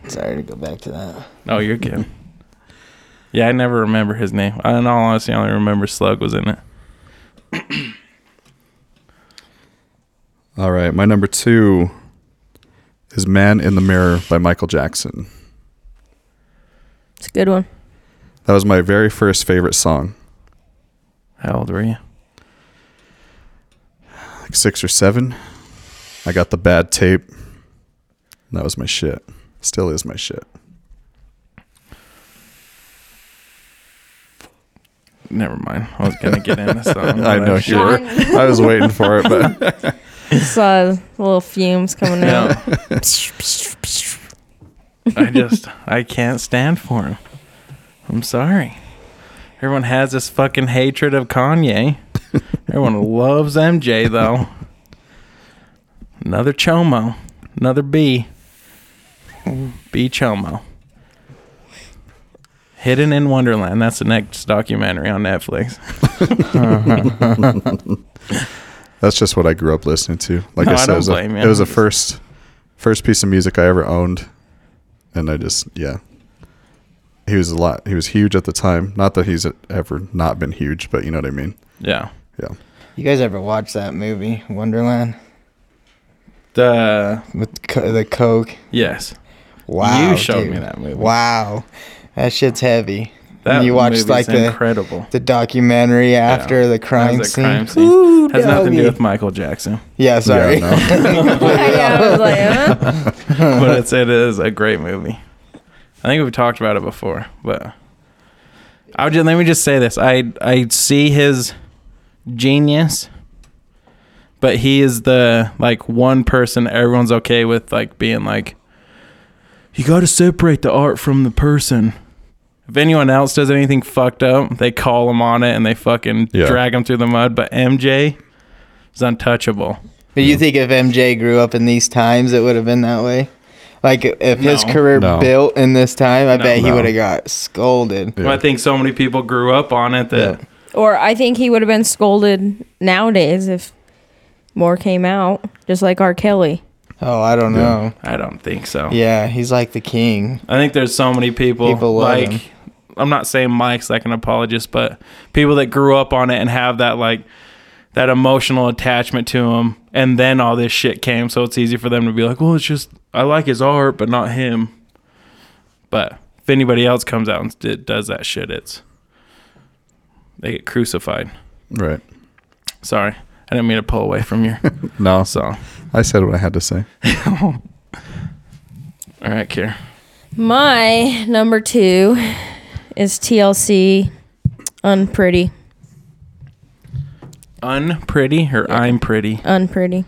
Sorry to go back to that.
Oh, you're kidding. Yeah, I never remember his name. In all honesty, I only remember Slug was in it.
All right. My number two is Man in the Mirror by Michael Jackson.
It's a good one.
That was my very first favorite song.
How old were you?
like six or seven. I got the bad tape. And That was my shit. Still is my shit.
Never mind. I was gonna get in the song.
I
but
know you
shouldn't.
were. I was waiting for it, but
Saw the little fumes coming out.
Yeah. I just I can't stand for him. I'm sorry. Everyone has this fucking hatred of Kanye. Everyone loves MJ though. Another chomo. Another B. B chomo. Hidden in Wonderland. That's the next documentary on Netflix.
That's just what I grew up listening to. Like
No,
I
I
said,
don't
it was, a,
blame you.
it was the first first piece of music I ever owned, and I just yeah. He was a lot. He was huge at the time. Not that he's ever not been huge, but you know what I mean.
Yeah.
Yeah.
You guys ever watch that movie Wonderland
The
with co- the Coke?
yes.
Wow,
you showed
dude.
me that movie.
Wow, that shit's heavy.
That
you watched,
movie's
like, the-
incredible.
The documentary after the
That
crime
was a
scene.
crime scene.
Ooh,
Has nothing to do
doggy.
with Michael Jackson,
Yeah, sorry.
Yeah, no.
yeah, I was like, huh?
but it's it is a great movie. I think we've talked about it before, but I would just, let me just say this: I I see his genius, but he is the like one person everyone's okay with like being like, you got to separate the art from the person. If anyone else does anything fucked up, they call him on it and they fucking
Yeah.
drag him through the mud. But MJ is untouchable.
But you think if MJ grew up in these times, it would have been that way? Like if his
No.
career
No.
built in this time, I bet he
No.
would have got scolded.
Yeah.
I think so many people grew up on it that
or I think he would have been scolded nowadays if more came out, just like R. Kelly.
Oh, I don't
Yeah.
know.
I don't think so.
Yeah, he's like the king.
I think there's so many people,
People love
like
him.
I'm not saying Mike's like an apologist, but people that grew up on it and have that like that emotional attachment to him and then all this shit came, so it's easy for them to be like, "Well, it's just I like his art, but not him." But if anybody else comes out and d- does that shit, it's they get crucified.
right.
Sorry. I didn't mean to pull away from your
No,
song.
I said what I had to say.
All right, Kier.
My number two is TLC Unpretty.
Unpretty or I'm pretty.
Unpretty.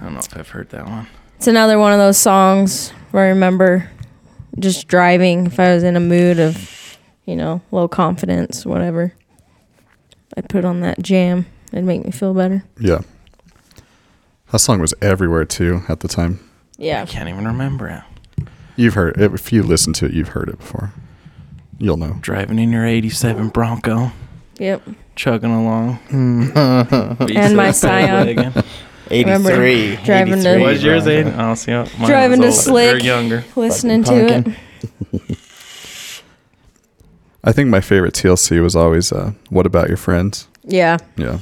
I don't know if I've heard that one.
It's another one of those songs where I remember just driving if I was in a mood of, you know, low confidence, whatever. I'd put on that jam. It'd make me feel better.
Yeah. That song was everywhere too at the time.
I
Yeah.
can't even remember it.
You've heard it. If you listen to it, you've heard it before. You'll know.
Driving in your 87 Bronco,
Yep.
chugging along.
And my Scion.
Again.
Remember
83.
driving to-
What's yours,
bro.
Aiden? Oh, see, mine was
Driving to
older.
Slick.
You're younger.
Listening to
Pumpkin.
it.
I think my favorite TLC was always uh, "What About Your Friends."
Yeah.
Yeah.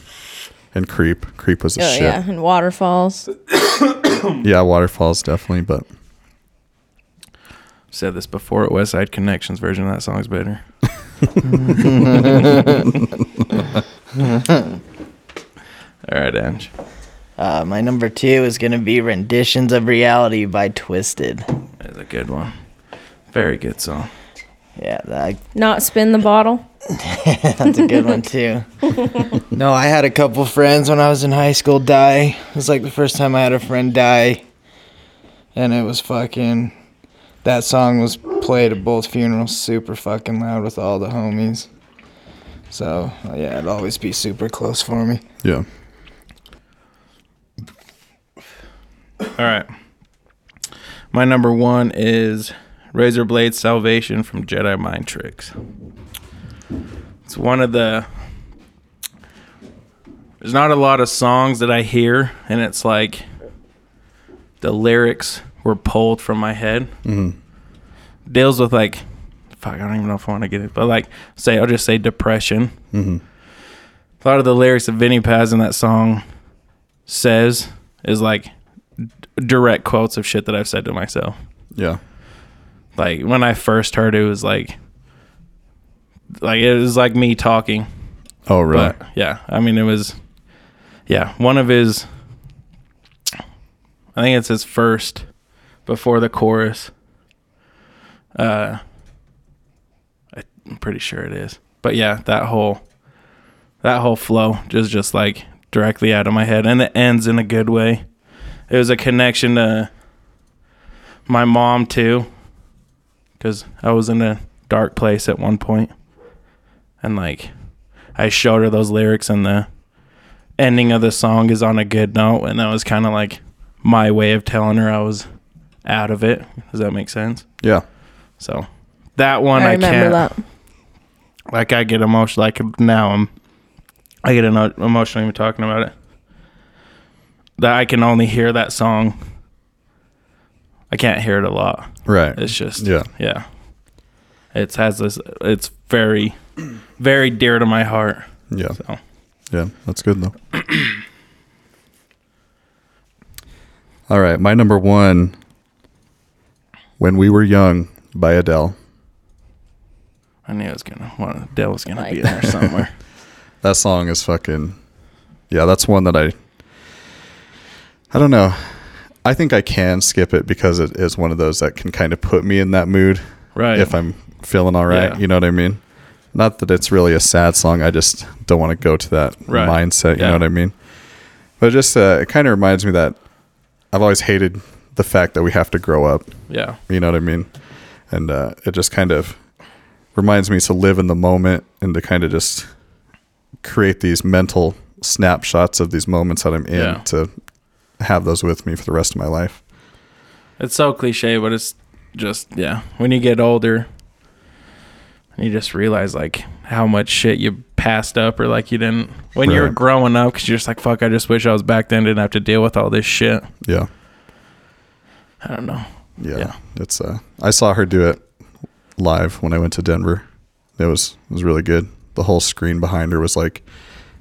And creep, creep was a
Oh,
shit.
yeah. And waterfalls.
Yeah, waterfalls definitely, but
Said this before. West Side Connections version of that song's better. All right, Ange.
Uh, my number two is going to be Renditions of Reality by Twisted.
That's a good one. Very good song.
Yeah, that,
Not spin the bottle.
that's a good one too. no, I had a couple friends when I was in high school die. It was like the first time I had a friend die. And it was fucking. That song was played at both funerals super fucking loud with all the homies. So, yeah, it'd always be super close for me.
yeah.
All right. My number one is Razor Blade Salvation from Jedi Mind Tricks. It's one of the. There's not a lot of songs that I hear, and it's like the lyrics were pulled from my head. Deals with like, fuck, I don't even know if I want to get it, but like, say, I'll just say depression.
Mm-hmm.
A lot of the lyrics of Vinny Paz in that song says is like direct quotes of shit that I've said to myself.
Yeah.
Like when I first heard it, it was like, like it was like me talking.
Oh, really?
But yeah, I mean it was, yeah, one of his. I think it's his first, before the chorus. Uh, I'm pretty sure it is. But yeah, that whole, that whole flow just just like directly out of my head, and it ends in a good way. It was a connection to my mom too, because I was in a dark place at one point, and like I showed her those lyrics and the ending of the song is on a good note and that was kind of like my way of telling her I was out of it. Does that make sense?
yeah.
So that one I,
I remember
can't
that.
like I get emotional. Like now I'm, I get emo- emotional even talking about it. That I can only hear that song. I can't hear it a lot.
Right.
It's just
Yeah.
yeah. It has this. It's very, very dear to my heart.
Yeah.
So
Yeah. That's good though. All right. My number one. When we were young by Adele.
I knew it was gonna. One Dell was gonna be
Like
in there somewhere.
That song is fucking. Yeah, that's one that I. I don't know. I think I can skip it because it is one of those that can kind of put me in that mood
right.
if I'm feeling all right.
Yeah.
You know what I mean? Not that it's really a sad song. I just don't want to go to that
Right.
mindset. You
Yeah.
know what I mean? But it just uh, it kind of reminds me that I've always hated the fact that we have to grow up.
yeah.
You know what I mean? And uh, it just kind of reminds me to live in the moment and to kind of just create these mental snapshots of these moments that I'm in
Yeah.
to have those with me for the rest of my life.
It's so cliche, but it's just yeah. When you get older, you just realize like how much shit you passed up or like you didn't when you were
Right.
growing up because you're just like fuck. I just wish I was back then. Didn't have to deal with all this shit.
Yeah.
I don't know.
Yeah.
Yeah.
It's uh I saw her do it live when I went to Denver. It was it was really good. The whole screen behind her was like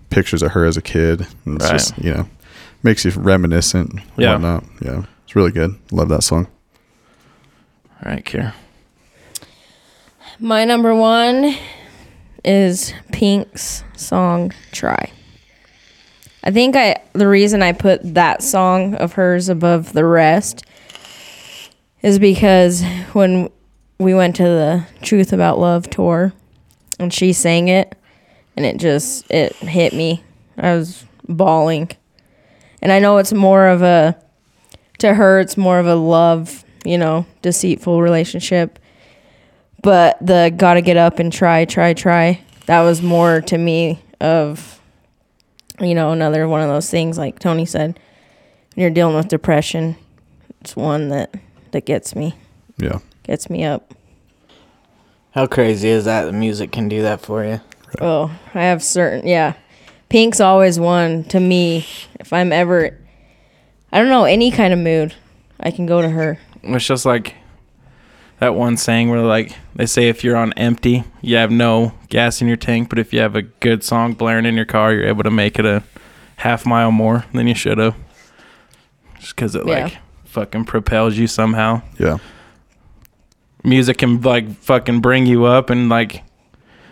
pictures of her as a kid. And it's
Right.
just, you know, makes you reminiscent and
Yeah.
whatnot. Yeah. It's really good. Love that song.
All right, Kier.
My number one is Pink's song Try. I think I the reason I put that song of hers above the rest is because when we went to the Truth About Love tour and she sang it and it just it hit me. I was bawling. And I know it's more of a to her it's more of a love, you know, deceitful relationship but the gotta get up and try try try that was more to me of you know another one of those things like tony said when you're dealing with depression it's one that that gets me
Yeah.
gets me up
How crazy is that? The music can do that for you.
oh i have certain yeah pink's always one to me if i'm ever i don't know any kind of mood i can go to her
It's just like that one saying where like they say if you're on empty, you have no gas in your tank, but if you have a good song blaring in your car, you're able to make it a half mile more than you should have. Just because it
Yeah.
like fucking propels you somehow.
Yeah.
Music can like fucking bring you up and like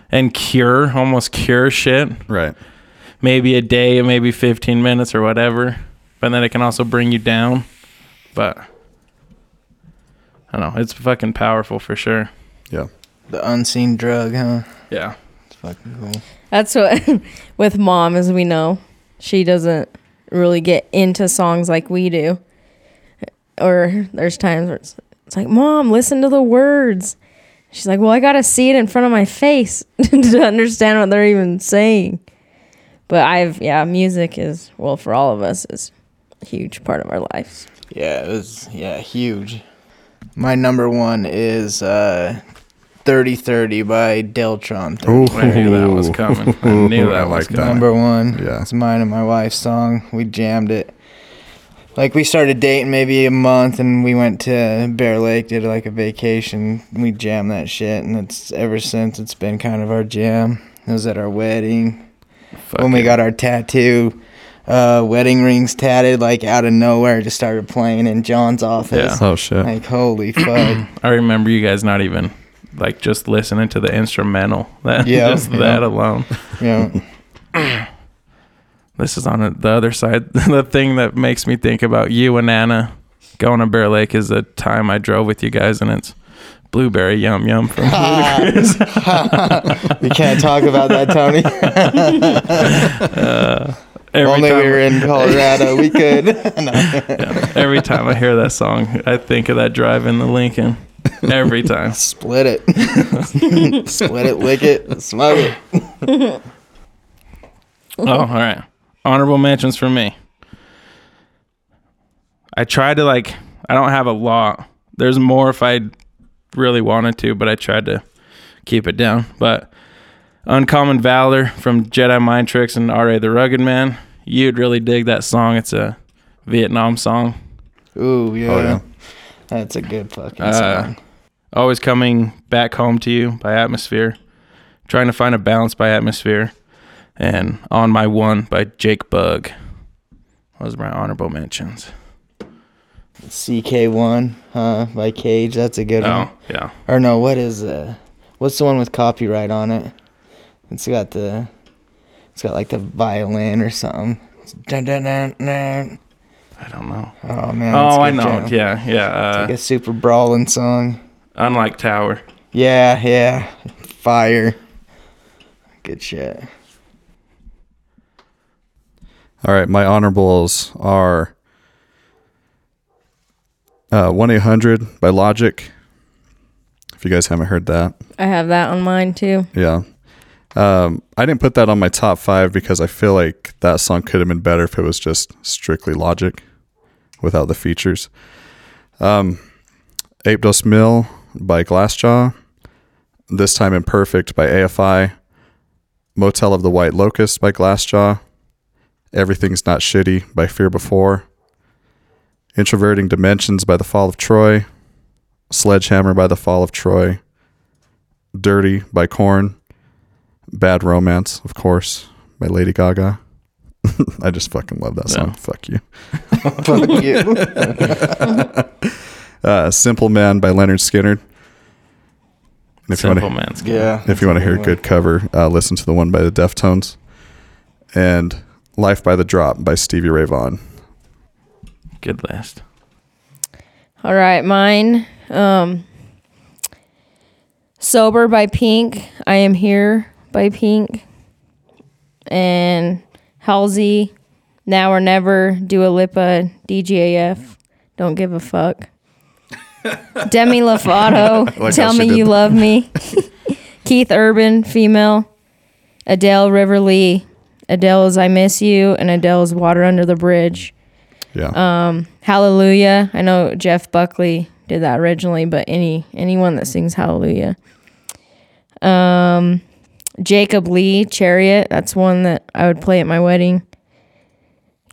and cure almost cure shit.
Right.
Maybe a day, maybe 15 minutes or whatever. But then it can also bring you down. But I don't know. It's fucking powerful for sure.
Yeah.
The unseen drug, huh?
Yeah.
It's fucking cool.
That's what with mom, as we know, she doesn't really get into songs like we do. Or there's times where it's, it's like, Mom, listen to the words. She's like, Well, I got to see it in front of my face to understand what they're even saying. But I've, yeah, music is, well, for all of us, is a huge part of our lives.
Yeah, it was yeah, huge. My number one is uh 3030 by Deltron.
I knew that was coming. I knew that
I
was
like
coming.
that.
Number one.
Yeah.
It's mine and my wife's song. We jammed it. Like we started dating maybe a month and we went to Bear Lake, did like a vacation. We jammed that shit and it's ever since it's been kind of our jam. It was at our wedding. when we
Fucking-
got our tattoo, uh, wedding rings tatted, like out of nowhere, just started playing in John's office.
Oh shit.
Like holy fuck.
I remember you guys not even like just listening to the instrumental. That
Yeah,
just
yeah.
that alone.
yeah.
This is on the other side. the thing that makes me think about you and Anna going to Bear Lake is the time I drove with you guys, and it's blueberry yum yum from Ludacris.
We can't talk about that, Tony.
every
Only
time,
we were in Colorado, we could. No.
yeah, every time I hear that song, I think of that drive in the Lincoln. Every time.
Split it. Split it, lick it, smoke it.
Oh, all right. Honorable mentions for me. I tried to like I don't have a lot. There's more if I really wanted to, but I tried to keep it down. But Uncommon Valor from Jedi Mind Tricks and R.A. the Rugged Man. You'd really dig that song. It's a Vietnam song.
Ooh, Oh, yeah.
yeah.
That's a good fucking
Uh,
song.
Always coming back home to you by Atmosphere. Trying to find a balance by Atmosphere. And On My One by Jake Bug. Those are my honorable mentions.
CK1 huh, by Cage. That's a good one.
Oh, yeah.
Or no, what is uh what's the one with copyright on it? It's got the it's got like the violin or something. It's dun, dun, dun, dun.
I don't know.
Oh man. that's
Oh,
a
I
good
know.
jam.
Yeah, yeah.
It's like
Uh,
a super brawling song.
unlike Tower.
Yeah, yeah. Fire. Good shit.
All right, my honorables are uh, one eight hundred by Logic. If you guys haven't heard that,
I have that on mine too.
yeah. Um, I didn't put that on my top five because I feel like that song could have been better if it was just strictly Logic, without the features. Um, Ape Dos Mil by Glassjaw. This time Imperfect by AFI. Motel of the White Locust by Glassjaw. Everything's Not Shitty by Fear Before. Introverting Dimensions by The Fall of Troy. Sledgehammer by The Fall of Troy. Dirty by Korn. Bad Romance, of course, by Lady Gaga. I just fucking love that song.
Yeah.
Fuck you.
Fuck you.
Uh, Simple Man by Leonard Skinner. And if you wanna-
Simple Man's Game.
Yeah.
If you want to hear a good cover, uh, listen to the one by the Deftones and Life by the Drop by Stevie Ray Vaughan.
Good list.
All right, mine. Um, Sober by Pink. I am here by Pink. And Halsey. Now or never. Dua Lipa. DGAF. Don't give a fuck. Demi Lovato.
how
Tell
she
me
did
you
that.
love me. Keith Urban, female. Adele River Lee. Adele's I Miss You. And Adele's Water Under the Bridge.
Yeah.
Hallelujah. I know Jeff Buckley did that originally, but any anyone that sings Hallelujah. Um Jacob Lee, Chariot. That's one that I would play at my wedding.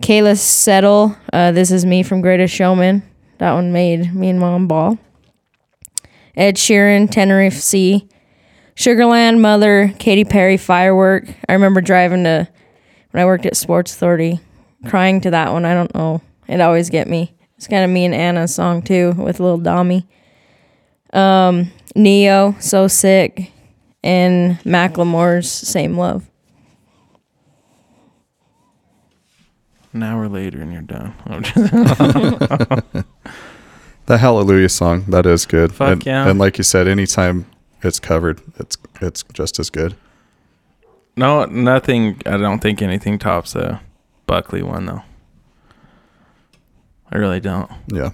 Kayla Settle, uh, This Is Me from Greatest Showman. That one made me and mom ball. Ed Sheeran, Tenerife Sea. Sugarland, Mother, Katy Perry, Firework. I remember driving to when I worked at Sports Authority, crying to that one. I don't know. It always get me. It's kind of me and Anna's song too with Lil Dommy. Um, Neo, So Sick, and Macklemore's Same Love.
An hour later and you're done.
the Hallelujah song, that is good.
Fuck
and,
yeah.
and like you said, anytime it's covered, it's it's just as good.
no, nothing. I don't think anything tops the Buckley one, though. I really don't.
Yeah.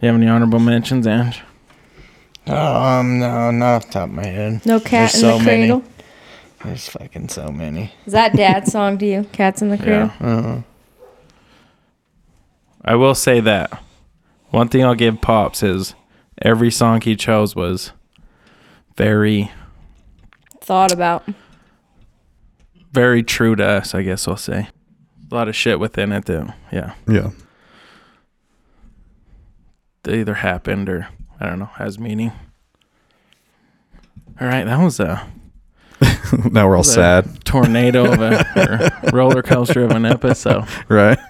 You have any honorable mentions, Ange?
Um, no, not off the top of my head.
No cat
There's
in
so
the
many.
cradle.
There's fucking so many.
Is that dad's song to you? Cats in the cradle.
Uh-huh.
I will say that. One thing I'll give Pops is every song he chose was very,
Thought about.
very true to us, I guess I'll say. A lot of shit within it, though. Yeah.
Yeah.
That either happened or, I don't know, has meaning. All right. That was a
now we're all
The-
sad,
tornado of a or roller coaster of an episode.
right?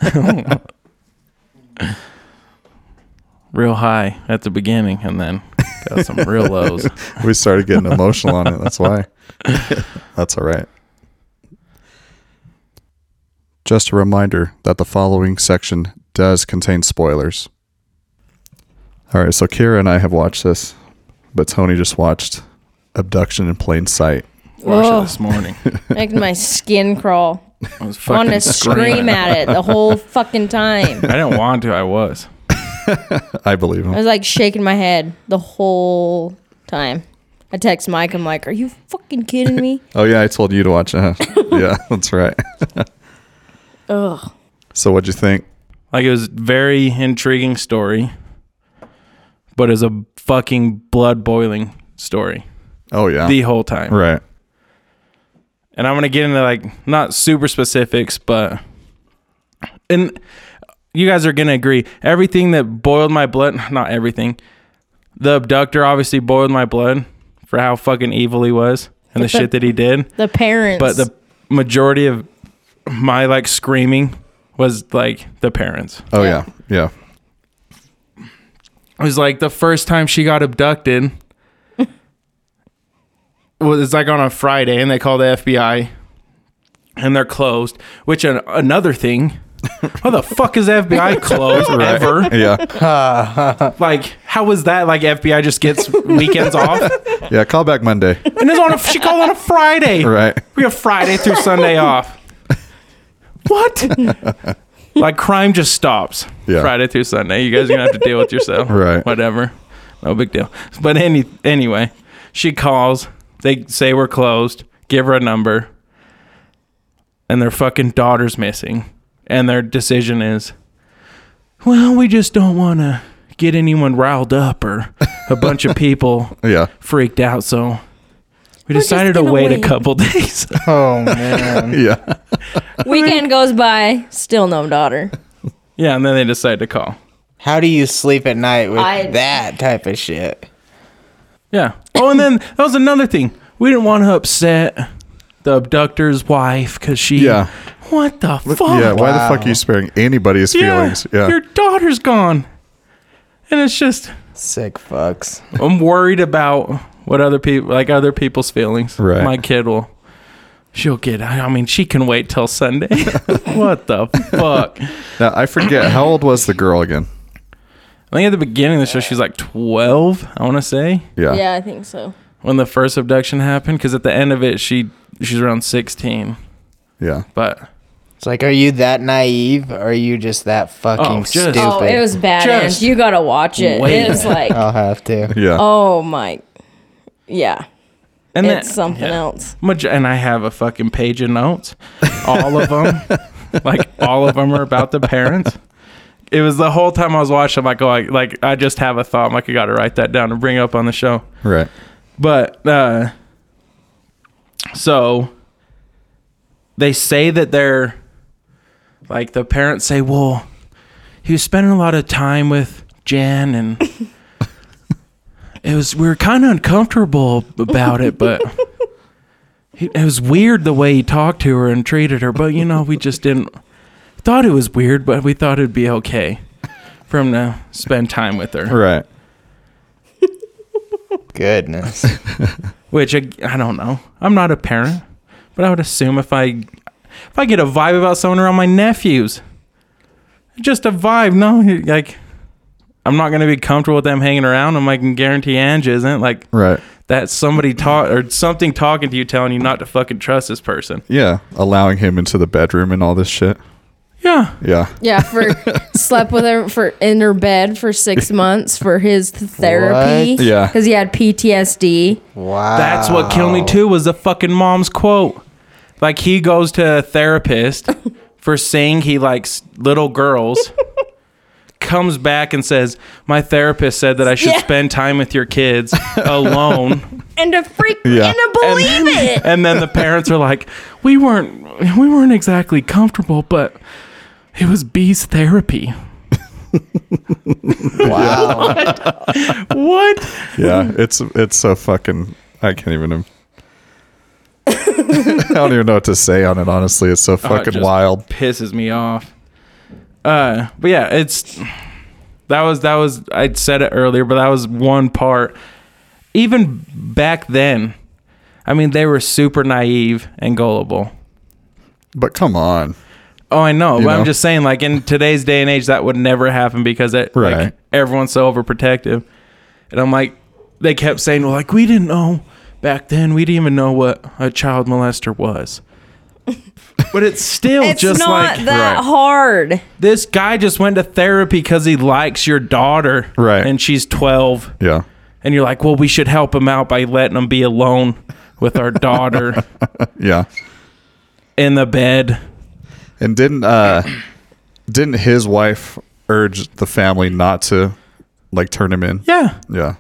Real high at the beginning and then got some real lows.
we started getting emotional on it. That's why. That's all right. Just a reminder that the following section does contain spoilers. All right, so Kira and I have watched this, but Tony just watched Abduction in Plain Sight.
Watched it
Whoa.
this morning.
Making my skin crawl.
I was fucking
Wanted to
screaming.
scream at it the whole fucking time.
I didn't want to. I was.
I believe
I
him.
was like shaking my head the whole time. I text Mike. I'm like, "Are you fucking kidding me?"
Oh, yeah, I told you to watch it, huh? yeah, that's right.
Ugh.
So, what'd you think?
Like it was very intriguing story, but it was a fucking blood boiling story
Oh, yeah.
the whole time.
right.
and I'm gonna get into like not super specifics, but and you guys are gonna agree everything that boiled my blood. Not everything. The abductor obviously boiled my blood for how fucking evil he was and the shit that he did.
The parents.
But the majority of my like screaming was like the parents.
Oh yeah, yeah.
It was like the first time she got abducted was it's like on a Friday and they call the FBI and they're closed, which an, another thing. How the fuck is FBI closed ever?
Yeah,
Like, how was that? Like, FBI just gets weekends off, and
yeah. Call back Monday,
it's on. A, she called on a Friday.
right?
We have Friday through Sunday off. What? like crime just stops.
Yeah.
Friday through Sunday. You guys are gonna have to deal with yourself.
Right.
Whatever. No big deal. But any anyway, she calls. They say we're closed. Give her a number. And their fucking daughter's missing. And their decision is, well, we just don't want to get anyone riled up or a bunch of people
Yeah,
freaked out. So we
just
decided to
gonna
wait,
wait.
a couple days.
Oh man.
yeah,
weekend goes by, still no daughter.
yeah, and then they decide to call.
How do you sleep at night with
I-
that type of shit?
Yeah. Oh, and then that was another thing. We didn't want to upset the abductor's wife because she.
yeah,
What the fuck?
yeah. Why the fuck are you sparing anybody's
Oh, Yeah,
feelings? Yeah,
Your daughter's gone, and it's just
Sick fucks.
I'm worried about what other people like other people's feelings.
Right.
My kid will. She'll get. I I mean, she can wait till Sunday. what the fuck?
now I forget how old was the girl again?
I think at the beginning of the show, she's like 12, I want to say,
Yeah,
Yeah, I think so.
when the first abduction happened. Because at the end of it, she she's around 16.
yeah.
But
It's like, are you that naive? Or are you just that fucking
Oh, just-
stupid?
Oh, it was bad.
Just
and you gotta watch it.
wait.
It was like,
I'll have to.
yeah.
oh my, yeah,
and
it's something
yeah.
else.
Maj- and I have a fucking page of notes, all of them, like all of them are about the parents. It was the whole time I was watching. I'm like, oh, I, like I just have a thought. I'm like, I got to write that down and bring it up on the show.
Right.
But uh, so they say that they're like the parents say, well, he was spending a lot of time with Jan, and it was we were kind of uncomfortable about it, but. he- It was weird the way he talked to her and treated her, but you know, we just didn't thought it was weird, but we thought it'd be okay for him to spend time with her.
Right.
Goodness.
which I, I don't know. I'm not a parent, but I would assume if I if I get a vibe about someone around my nephews, just a vibe. No, like I'm not gonna be comfortable with them hanging around. I'm like, I can guarantee Ange isn't like
Right.
that's somebody talk or something talking to you, telling you not to fucking trust this person.
Yeah. Allowing him into the bedroom and all this shit.
Yeah,
Yeah.
Yeah, for slept with her for in her bed for six months for his therapy.
What?
Yeah.
because he had PTSD.
Wow.
that's what killed me too. Was the fucking mom's quote? Like he goes to a therapist for saying he likes little girls. comes back and says, "My therapist said that I should
Yeah.
spend time with your kids alone."
and to freak
Yeah.
and to believe it.
and then the parents are like, "We weren't we weren't exactly comfortable, but it was B's therapy."
Wow.
What?
Yeah. It's it's so fucking. I can't even. im- I don't even know what to say on it. Honestly, it's so
Oh, it
fucking
just
wild.
Pisses me off. Uh, but yeah, it's that was that was I said it earlier, but that was one part. Even back then, I mean, they were super naive and gullible.
But come on.
Oh, I know,
You
but
know?
I'm just saying, like in today's day and age, that would never happen because it,
Right.
like, everyone's so overprotective. And I'm like, they kept saying, well, like we didn't know back then, we didn't even know what a child molester was. But it's still
It's
just
not
like
that
right.
hard.
this guy just went to therapy because he likes your daughter,
Right.
And she's 12,
Yeah.
and you're like, well, we should help him out by letting him be alone with our daughter
Yeah.
in the bed.
And didn't uh didn't his wife urge the family not to like turn him in?
Yeah,
Yeah.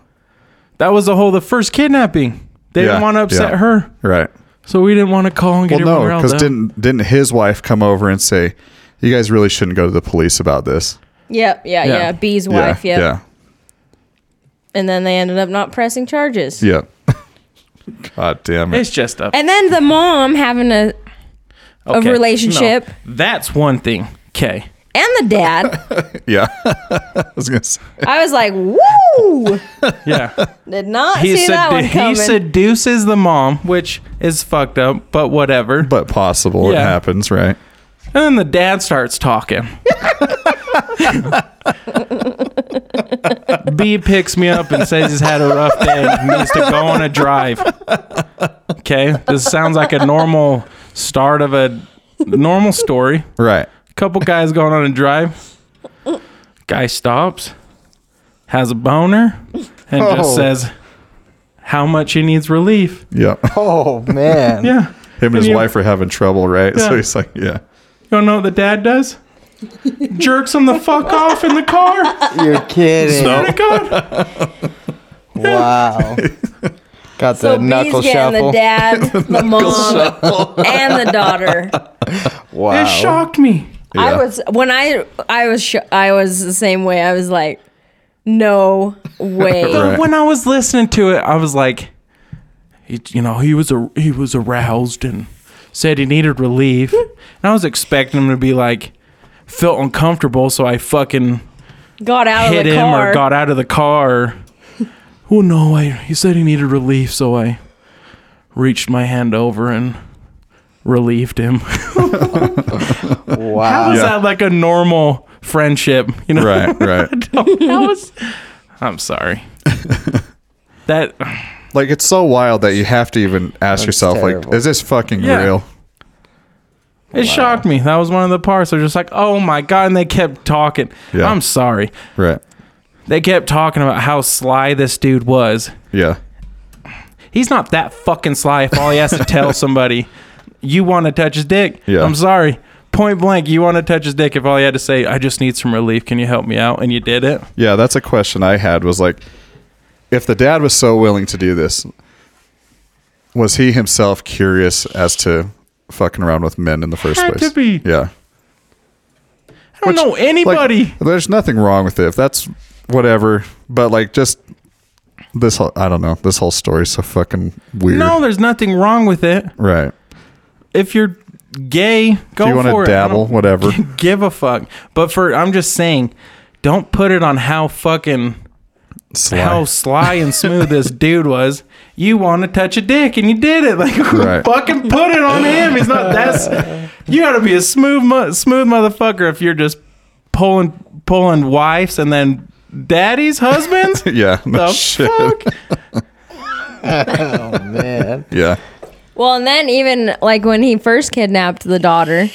that was the whole the first kidnapping. They
Yeah,
didn't want to upset
yeah.
her.
Right.
So we didn't want to call and
Well,
get
no,
everyone riled
because
up.
didn't didn't his wife come over and say, "You guys really shouldn't go to the police about this"?
Yep, yeah,
Yeah.
yeah. B's wife, yeah.
yeah,
And then they ended up not pressing charges.
yeah. God damn it!
It's just a,
And then the mom having a
okay,
relationship.
no, that's one thing. Okay.
and the dad.
Yeah, I was gonna say.
I was like, woo!
Yeah.
Did not
he
see that
sedu-
one coming.
he seduces the mom, which is fucked up, but whatever.
but possible. It
Yeah.
happens, right?
and then the dad starts talking. B picks me up and says he's had a rough day and needs to go on a drive. Okay, this sounds like a normal start of a normal story.
Right.
Couple guys going on a drive. Guy stops, has a boner, and
Oh.
just says how much he needs relief.
Yeah. Him
Oh man.
Yeah.
and his
you-
wife are having trouble, right? So
Yeah.
he's like, "Yeah,
You don't know what the dad does? Jerks him the fuck off in the car.
You're kidding.
Oh my God.
Wow. Got
so
the
B's
knuckle
getting
shuffle.
the dad, the mom, and the daughter.
wow.
It shocked me.
I
Yeah.
was when I I was sh- I was the same way. I was like, no way.
But
Right.
When I was listening to it, I was like, he, you know, he was a, he was aroused and said he needed relief, and I was expecting him to be like, felt uncomfortable, so I fucking
Got out
hit
of the
him
car.
or got out of the car. well, no, I, he said he needed relief, so I reached my hand over and relieved him. How
Wow.
is that like a normal friendship? You know,
right, right."
How is- I'm sorry. that
like it's so wild that you have to even ask yourself,
terrible.
like, "Is this fucking
Yeah.
real?"
it shocked me. That was one of the parts. I was just like, oh my god, and they kept talking.
Yeah.
I'm sorry.
Right.
They kept talking about how sly this dude was.
Yeah.
He's not that fucking sly if all he has to tell somebody, you want to touch his dick.
Yeah.
I'm sorry. Point blank, you want to touch his dick if all he had to say, I just need some relief. Can you help me out? And you did it.
Yeah, that's a question I had was like if the dad was so willing to do this, was he himself curious as to fucking around with men in the first
Had
place?
to be.
Yeah.
I don't know
Like,
anybody.
there's nothing wrong with it. If that's whatever, but like just this whole I don't know, this whole story's so fucking weird.
no, there's nothing wrong with it.
Right.
If you're gay, go
if you
for
want to
it. I
dabble,
don't-
whatever.
give a fuck. But for I'm just saying, don't put it on how fucking
Sly.
how sly and smooth this dude was. You want to touch a dick and you did it. Like
Right.
fucking put it on him. He's not that's you got to be a smooth mo- smooth motherfucker if you're just pulling pulling wives and then daddies, husbands.
yeah. No
the
shit.
fuck?
Oh man.
Yeah.
Well, and then even like when he first kidnapped the daughter,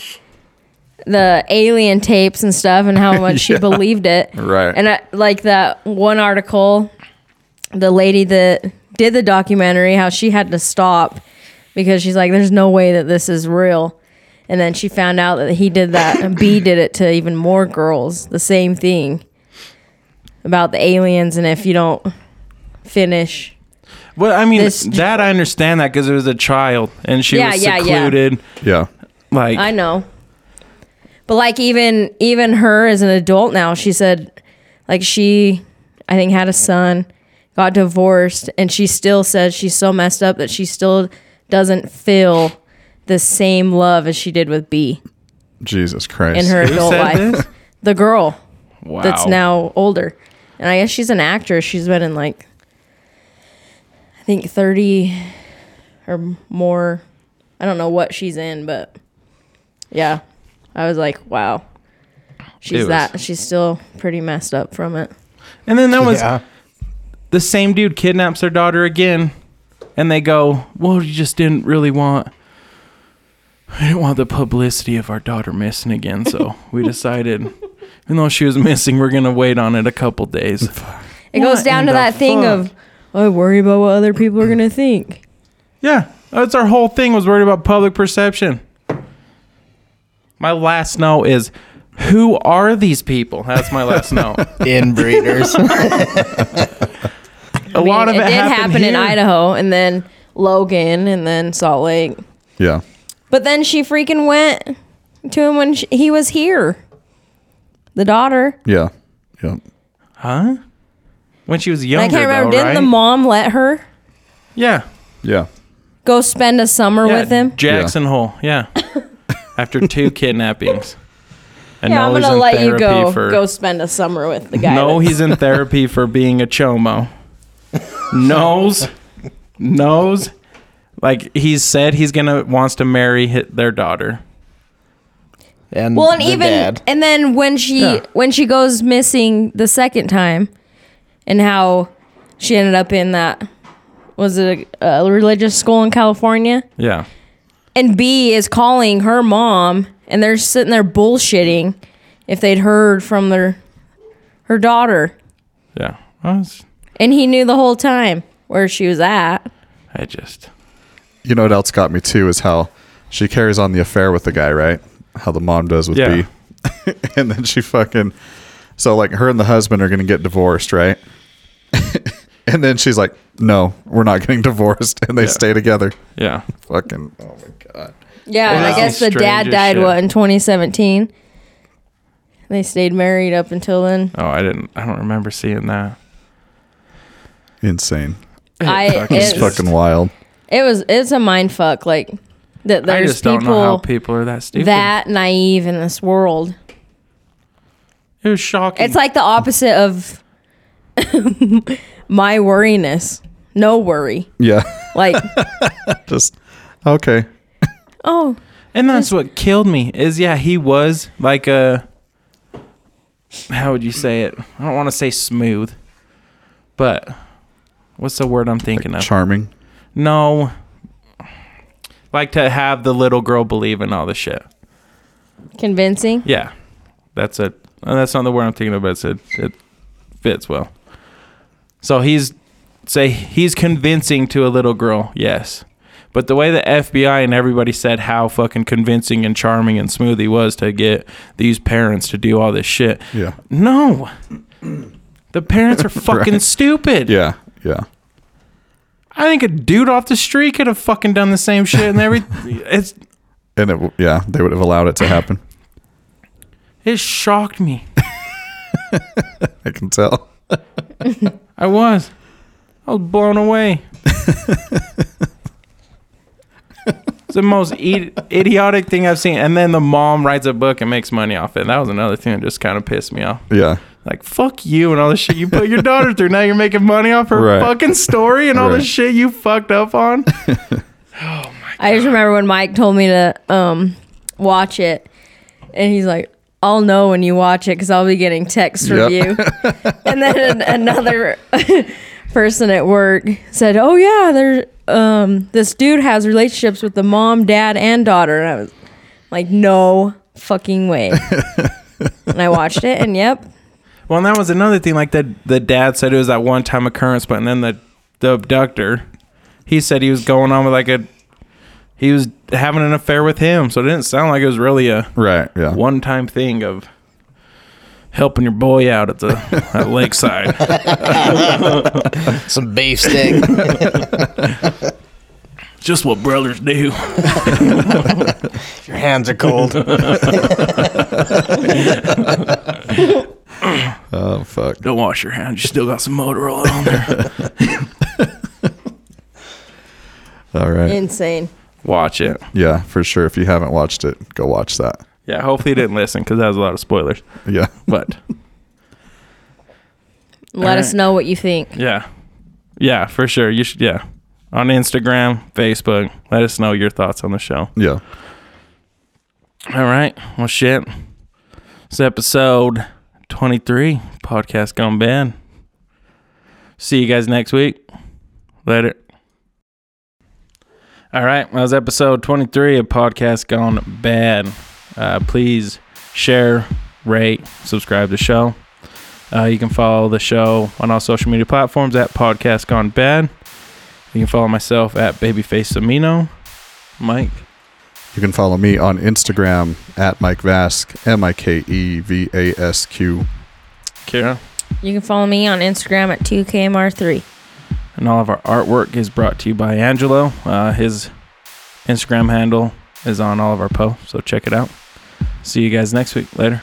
the alien tapes and stuff, and how much she believed it.
Right.
And I, like that one article, the lady that did the documentary, how she had to stop because she's like, "There's no way that this is real." And then she found out that he did that, and B did it to even more girls. The same thing about the aliens, and if you don't finish,
Well, I mean
This-
that I understand that because it was a child and she
Yeah,
was
yeah, yeah.
secluded.
Yeah.
Like
I know. But like even even her as an adult now, she said like she I think had a son, got divorced, and she still says she's so messed up that she still doesn't feel the same love as she did with B
Jesus Christ.
in her adult
said
life.
this?
The girl
wow.
that's now older. And I guess she's an actress. She's been in like I think 30 or more. I don't know what she's in, but yeah. I was like, wow.
It
She's
was-
that she's still pretty messed up from it.
And then that was
Yeah.
the same dude kidnaps their daughter again and they go well you just didn't really want i didn't want the publicity of our daughter missing again so we decided even though she was missing we're gonna wait on it a couple days
It
What
goes down to
in the
that thing of I worry about what other people are going to think.
yeah that's our whole thing was worried about public perception my last note is who are these people that's my last note
Inbreeders.
a lot of it,
did
happened
happen in
here.
Idaho and then Logan and then Salt Lake.
Yeah.
But then she freaking went to him when she, he was here. The daughter.
Yeah. Yeah.
Huh? When she was younger,
I can't remember.
though,
Didn't the
right?
mom let her
yeah.
Yeah.
go spend a summer
yeah,
with him?
Jackson Hole. Yeah. After two kidnappings. And
Yeah,
now
I'm
he's
gonna
in
let you
therapy
go
for-
go spend a summer with the guy.
No,
that's-
he's in therapy for being a chomo. knows, knows. Like he's said, he's gonna wants to marry hit their daughter.
And
well, and
the
even
dad.
and then when she
Yeah.
when she goes missing the second time, and how she ended up in that was it a, a religious school in California?
Yeah,
And B is calling her mom, and they're sitting there bullshitting if they'd heard from their her daughter,
yeah. I, was,
and he knew the whole time where she was at.
I just
You know what else got me too is how she carries on the affair with the guy, right? How the mom does with
Yeah.
B. and then she fucking so like her and the husband are gonna get divorced, right? and then she's like, No, we're not getting divorced and they
Yeah.
stay together.
yeah.
Fucking oh my god.
Yeah, and
Wow.
I guess the
Strange
dad
as
died
shit.
what in 2017. They stayed married up until then.
Oh, I didn't. I don't remember seeing that.
Insane.
I
fucking
It's
it,
fucking wild.
it was it's a mind fuck like that.
I
There's
just don't know how
people,
people are that stupid.
that naive in this world.
it was shocking.
It's like the opposite of my worriness. No worry,
Yeah.
like
Just okay.
oh
And that's what killed me. Is yeah, he was like a how would you say it? I don't want to say smooth, but what's the word I'm thinking of?
Charming.
no, like to have the little girl believe in all the shit.
convincing.
Yeah, that's it. Uh, That's not the word I'm thinking of, but it's it, it fits well. So he's say he's convincing to a little girl, yes. But the way the FBI and everybody said how fucking convincing and charming and smooth he was to get these parents to do all this shit.
Yeah.
No. The parents are fucking stupid.
Yeah. Yeah.
I think a dude off the street could have fucking done the same shit and every it's
And it yeah, they would have allowed it to happen.
it shocked me.
I can tell.
I was. I was blown away. it's the most i- idiotic thing I've seen. And then the mom writes a book and makes money off it. That was another thing that just kind of pissed me off.
Yeah.
Like, fuck you and all the shit you put your daughter through. Now you're making money off her
Right.
fucking story and all the
Right.
shit you fucked up on.
I just remember when Mike told me to um, watch it, and he's like, "I'll know when you watch it because I'll be getting texts from
Yep.
you." and then an- another person at work said, "Oh yeah, there. Um, this dude has relationships with the mom, dad, and daughter." And I was like, "No fucking way." and I watched it, and yep,
Well, and that was another thing. Like the the dad said it was that one time occurrence, but and then the the abductor, he said he was going on with like a he was having an affair with him. So it didn't sound like it was really a
Right. Yeah.
one time thing of helping your boy out at the at lakeside.
some beef stick.
Just what brothers do.
Your hands are cold.
Oh fuck.
Don't wash your hands. You still got some Motorola on there.
All right.
insane.
Watch it.
Yeah, for sure. If you haven't watched it, go watch that.
Yeah. Hopefully you didn't listen because that was a lot of spoilers.
Yeah.
But
Let us
Alright.
know what you think.
Yeah. Yeah, for sure. You should yeah. On Instagram, Facebook, let us know your thoughts on the show.
Yeah.
All right. Well shit. It's episode 23 podcast gone bad. See you guys next week. Later. All right. Well, that was episode 23 of Podcast Gone Bad. Uh, please share, rate, subscribe to the show. Uh, you can follow the show on all social media platforms at Podcast Gone Bad. You can follow myself at Babyface Amino. Mike.
You can follow me on Instagram at Mike Vask, M I K E V A S Q.
Kira.
You can follow me on Instagram at 2KMR3.
And all of our artwork is brought to you by Angelo. Uh, his Instagram handle is on all of our posts, so check it out. See you guys next week. Later.